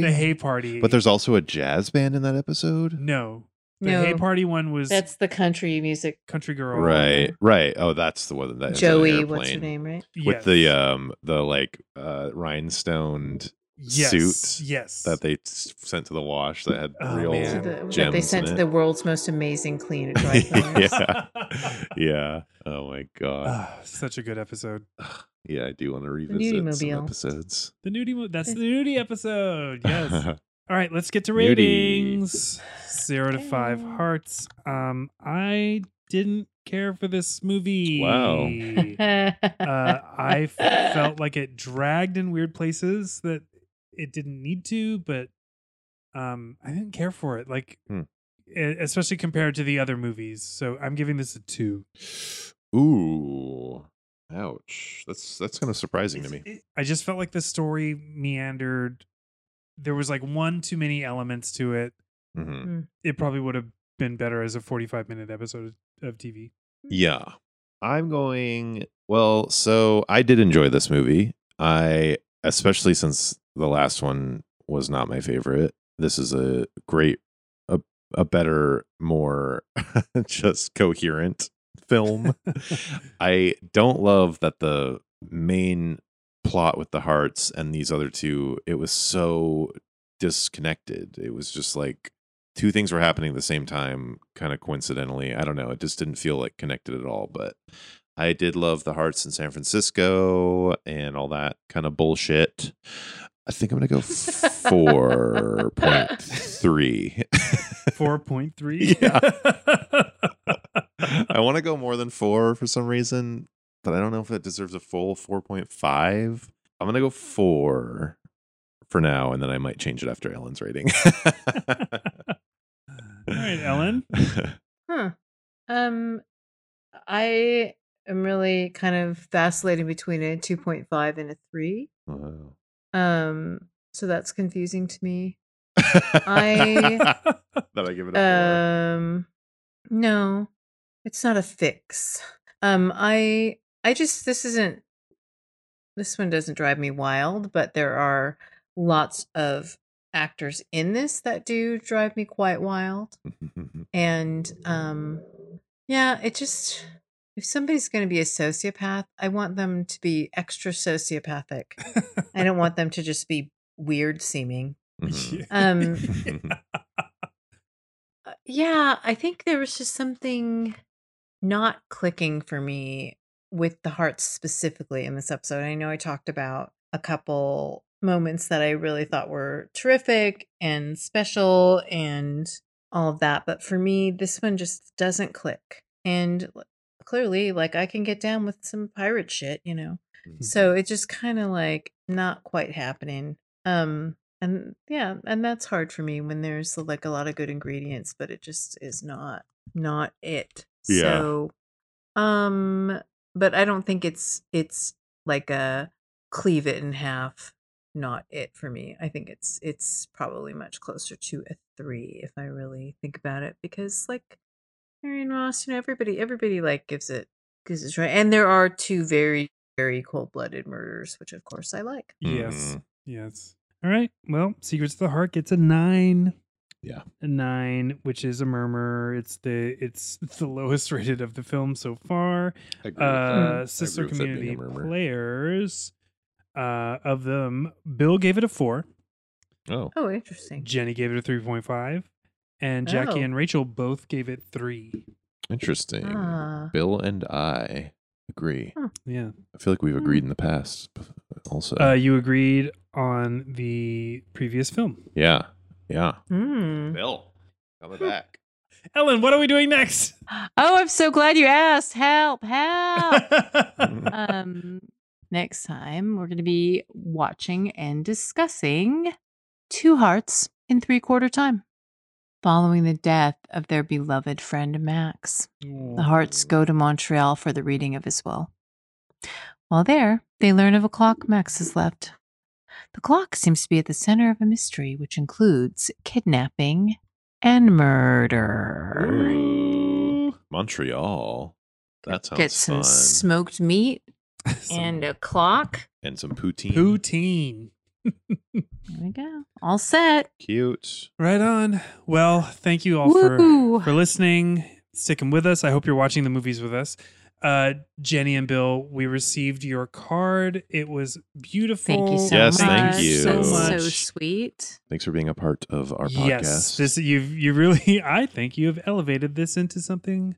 Speaker 1: The Hay Party.
Speaker 3: But there's also a jazz band in that episode.
Speaker 1: no. The
Speaker 8: no,
Speaker 1: Hay Party one was
Speaker 8: that's the country music.
Speaker 1: Country Girl.
Speaker 3: Right, right. Oh, that's the one that ends in an
Speaker 8: Joey, what's her
Speaker 3: airplane.
Speaker 8: name? Right?
Speaker 1: Yes.
Speaker 3: With the um the like uh rhinestoned
Speaker 1: yes.
Speaker 3: suit
Speaker 1: Yes.
Speaker 3: that they s- sent to the wash that had
Speaker 1: Oh,
Speaker 3: real
Speaker 1: man.
Speaker 8: To the- that
Speaker 3: gems
Speaker 8: they sent
Speaker 3: in
Speaker 8: to
Speaker 3: it.
Speaker 8: the world's most amazing clean. dry cleaners.
Speaker 3: yeah. yeah. Oh my god.
Speaker 1: Ah, such a good episode.
Speaker 3: yeah, I do want to revisit some
Speaker 8: Nudie-mobile.
Speaker 3: episodes.
Speaker 1: The nudie. Mo- that's the nudie episode. Yes. All right, let's get to
Speaker 3: Beauty.
Speaker 1: ratings. Zero to five
Speaker 8: Okay.
Speaker 1: hearts. Um, I didn't care for this movie.
Speaker 3: Wow.
Speaker 1: uh, I felt like it dragged in weird places that it didn't need to, but um, I didn't care for it. Like,
Speaker 3: Hmm.
Speaker 1: e- especially compared to the other movies. So I'm giving this a two.
Speaker 3: Ooh. Ouch. That's that's kind of surprising to me.
Speaker 1: It's- it- I just felt like the story meandered. There was like one too many elements to it.
Speaker 3: Mhm.
Speaker 1: it probably would have been better as a 45 minute episode of TV.
Speaker 3: Yeah. I'm going well, so I did enjoy this movie. I especially since the last one was not my favorite. This is a great a, a better, more just coherent film. I don't love that the main plot with the hearts and these other two, it was so disconnected. It was just like two things were happening at the same time, kind of coincidentally. I don't know. It just didn't feel like connected at all. But I did love the hearts in San Francisco and all that kind of bullshit. I think I'm gonna go four point three.
Speaker 1: Four point three.
Speaker 3: Yeah. I want to go more than four for some reason, but I don't know if it deserves a full four point five. I'm gonna go four for now, and then I might change it after Ellen's rating.
Speaker 1: All right, Ellen.
Speaker 2: Huh. Um, I am really kind of vacillating between a 2.5 and a 3.
Speaker 3: Wow.
Speaker 2: Um, so that's confusing to me.
Speaker 3: I that I give it a
Speaker 2: Um, no, it's not a fix. Um, I, I just this isn't. This one doesn't drive me wild, but there are lots of actors in this that do drive me quite wild.
Speaker 3: four.
Speaker 2: and um yeah it just if somebody's going to be a sociopath i want them to be extra sociopathic i don't want them to just be weird seeming
Speaker 1: uh,
Speaker 3: Mhm.
Speaker 2: um
Speaker 3: Mhm.
Speaker 2: uh, yeah i think there was just something not clicking for me with the hearts specifically in this episode i know i talked about a couple moments that i really thought were terrific and special and all of that but for me this one just doesn't click and l- clearly like i can get down with some pirate shit you know
Speaker 3: Mm-hmm.
Speaker 2: so it's just kind of like not quite happening um and yeah and that's hard for me when there's like a lot of good ingredients but it just is not not it
Speaker 3: Yeah.
Speaker 2: so um but i don't think it's it's like a cleave it in half not it for me i think it's it's probably much closer to a three if i really think about it because like marion ross you know everybody everybody like gives it gives it a try and there are two very very cold-blooded murders which of course i like
Speaker 1: Yes. Yes. All right. Well, Secrets of the Heart gets a nine.
Speaker 3: Yeah.
Speaker 1: A nine, which is a murmur. It's the it's, it's the lowest rated of the film so far.
Speaker 3: Agree.
Speaker 1: Uh,
Speaker 3: Mm, I
Speaker 1: sister
Speaker 3: agree with it
Speaker 1: community
Speaker 3: being a murmur.
Speaker 1: players. Uh, of them, Bill gave it a four.
Speaker 3: oh,
Speaker 2: oh interesting
Speaker 1: Jenny gave it a three point five, and Jackie
Speaker 2: Oh.
Speaker 1: and Rachel both gave it three.
Speaker 3: interesting.
Speaker 2: Ah.
Speaker 3: Bill and I agree.
Speaker 1: Yeah.
Speaker 3: I feel like we've
Speaker 2: Hmm.
Speaker 3: agreed in the past. b- Also,
Speaker 1: Uh, you agreed on the previous film.
Speaker 3: yeah, yeah.
Speaker 2: Hmm.
Speaker 3: Bill, coming back.
Speaker 1: Ellen, what are we doing next?
Speaker 9: Oh, I'm so glad you asked. Help, help. Oh. um, next time, we're going to be watching and discussing Two Hearts in Three Quarter Time. Following the death of their beloved friend Max,
Speaker 3: Mm.
Speaker 9: the hearts go to Montreal for the reading of his will. While there, they learn of a clock Max has left. The clock seems to be at the center of a mystery which includes kidnapping and murder.
Speaker 3: Ooh, Montreal. That sounds
Speaker 2: get some
Speaker 3: fun.
Speaker 2: smoked meat and a clock
Speaker 3: and some poutine.
Speaker 1: poutine.
Speaker 9: There we go. All set.
Speaker 3: Cute.
Speaker 1: Right on. Well, thank you all for,
Speaker 9: Woo!
Speaker 1: for listening, sticking with us. I hope you're watching the movies with us. Uh, Jenny and Bill, we received your card. It was beautiful.
Speaker 9: Thank you so
Speaker 3: Yes,
Speaker 9: much.
Speaker 3: thank you.
Speaker 1: so
Speaker 9: That's
Speaker 1: much.
Speaker 9: so sweet.
Speaker 3: Thanks for being a part of our podcast.
Speaker 1: Yes, this you've you really. I think you have elevated this into something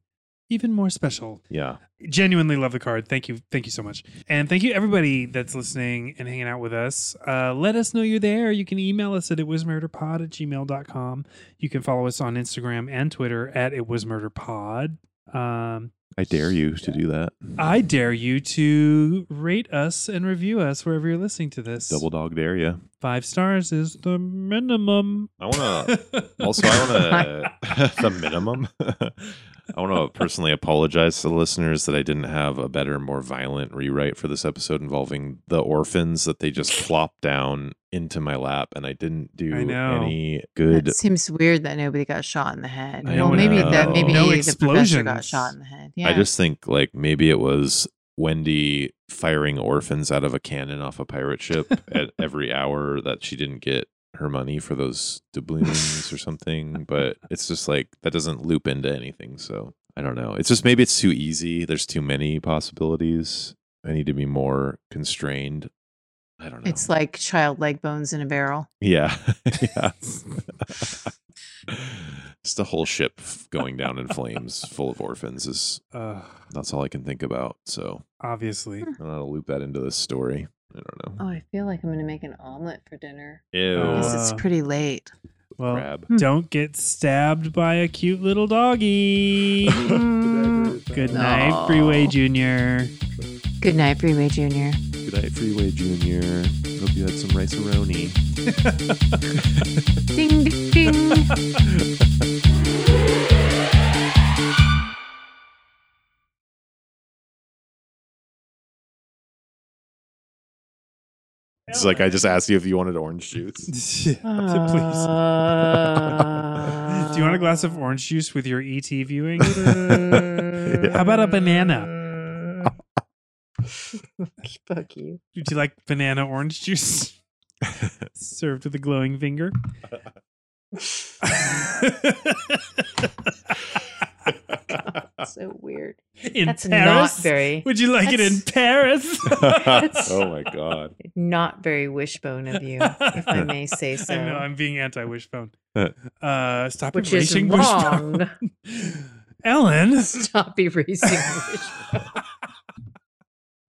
Speaker 1: even more special.
Speaker 3: yeah.
Speaker 1: genuinely love the card thank you thank you so much and thank you everybody that's listening and hanging out with us uh, let us know you're there you can email us at it was murder pod at gmail.com you can follow us on instagram and twitter at it was murder pod um,
Speaker 3: I dare you to do that.
Speaker 2: Uh,
Speaker 1: i dare you to rate us and review us wherever you're listening to this
Speaker 3: Double dog dare you.
Speaker 1: five stars is the minimum
Speaker 3: I want to. Uh, Also, I want to the minimum. I want to personally apologize to the listeners that I didn't have a better, more violent rewrite for this episode involving the orphans that they just plopped down into my lap, and I didn't do
Speaker 1: I know.
Speaker 3: any
Speaker 9: It
Speaker 3: good.
Speaker 9: seems weird that nobody got shot in the head.
Speaker 3: I
Speaker 9: well, maybe
Speaker 3: know.
Speaker 9: the maybe
Speaker 3: No
Speaker 9: the professor got
Speaker 1: explosions.
Speaker 9: shot in the head. Yeah.
Speaker 3: I just think like maybe it was Wendy firing orphans out of a cannon off a pirate ship at every hour that she didn't get her money for those doubloons or something. But it's just like that doesn't loop into anything. So I don't know. It's just maybe it's too easy. There's too many possibilities. I need to be more constrained. I don't know.
Speaker 2: It's like child leg bones in a barrel.
Speaker 3: yeah, yeah. it's the whole ship f- going down in flames, full of orphans. Is
Speaker 1: Uh,
Speaker 3: that's all I can think about. So
Speaker 1: obviously.
Speaker 3: I don't know how to loop that into this story. I don't know.
Speaker 8: Oh, I feel like I'm gonna make an omelet for dinner.
Speaker 3: Ew,
Speaker 2: Because it's
Speaker 1: Uh,
Speaker 2: pretty late.
Speaker 1: Well,
Speaker 3: crab.
Speaker 8: Hmm.
Speaker 1: don't get stabbed by a cute little doggy. Good night,
Speaker 2: Aw.
Speaker 1: Freeway Junior.
Speaker 2: Good night, Freeway Junior.
Speaker 3: Good night, Freeway Junior. Hope you had some rice aroni.
Speaker 2: Ding ding ding.
Speaker 3: It's like I just asked you if you wanted orange juice.
Speaker 1: Yeah, please.
Speaker 2: Uh,
Speaker 1: Do you want a glass of orange juice with your ET viewing? Mm. How about a banana?
Speaker 8: Fuck you.
Speaker 1: Would you like banana orange juice served with a glowing finger?
Speaker 8: So weird.
Speaker 1: in
Speaker 8: That's
Speaker 1: Paris?
Speaker 8: not very
Speaker 1: Would you like it in
Speaker 8: that's-
Speaker 1: Paris?
Speaker 3: oh my god.
Speaker 8: not very wishbone of you, if I may say so.
Speaker 1: I know I'm being anti wishbone.
Speaker 3: Uh.
Speaker 1: Uh, stop
Speaker 8: Which is
Speaker 1: erasing
Speaker 8: wrong.
Speaker 1: wishbone, Ellen.
Speaker 8: Stop erasing wishbone.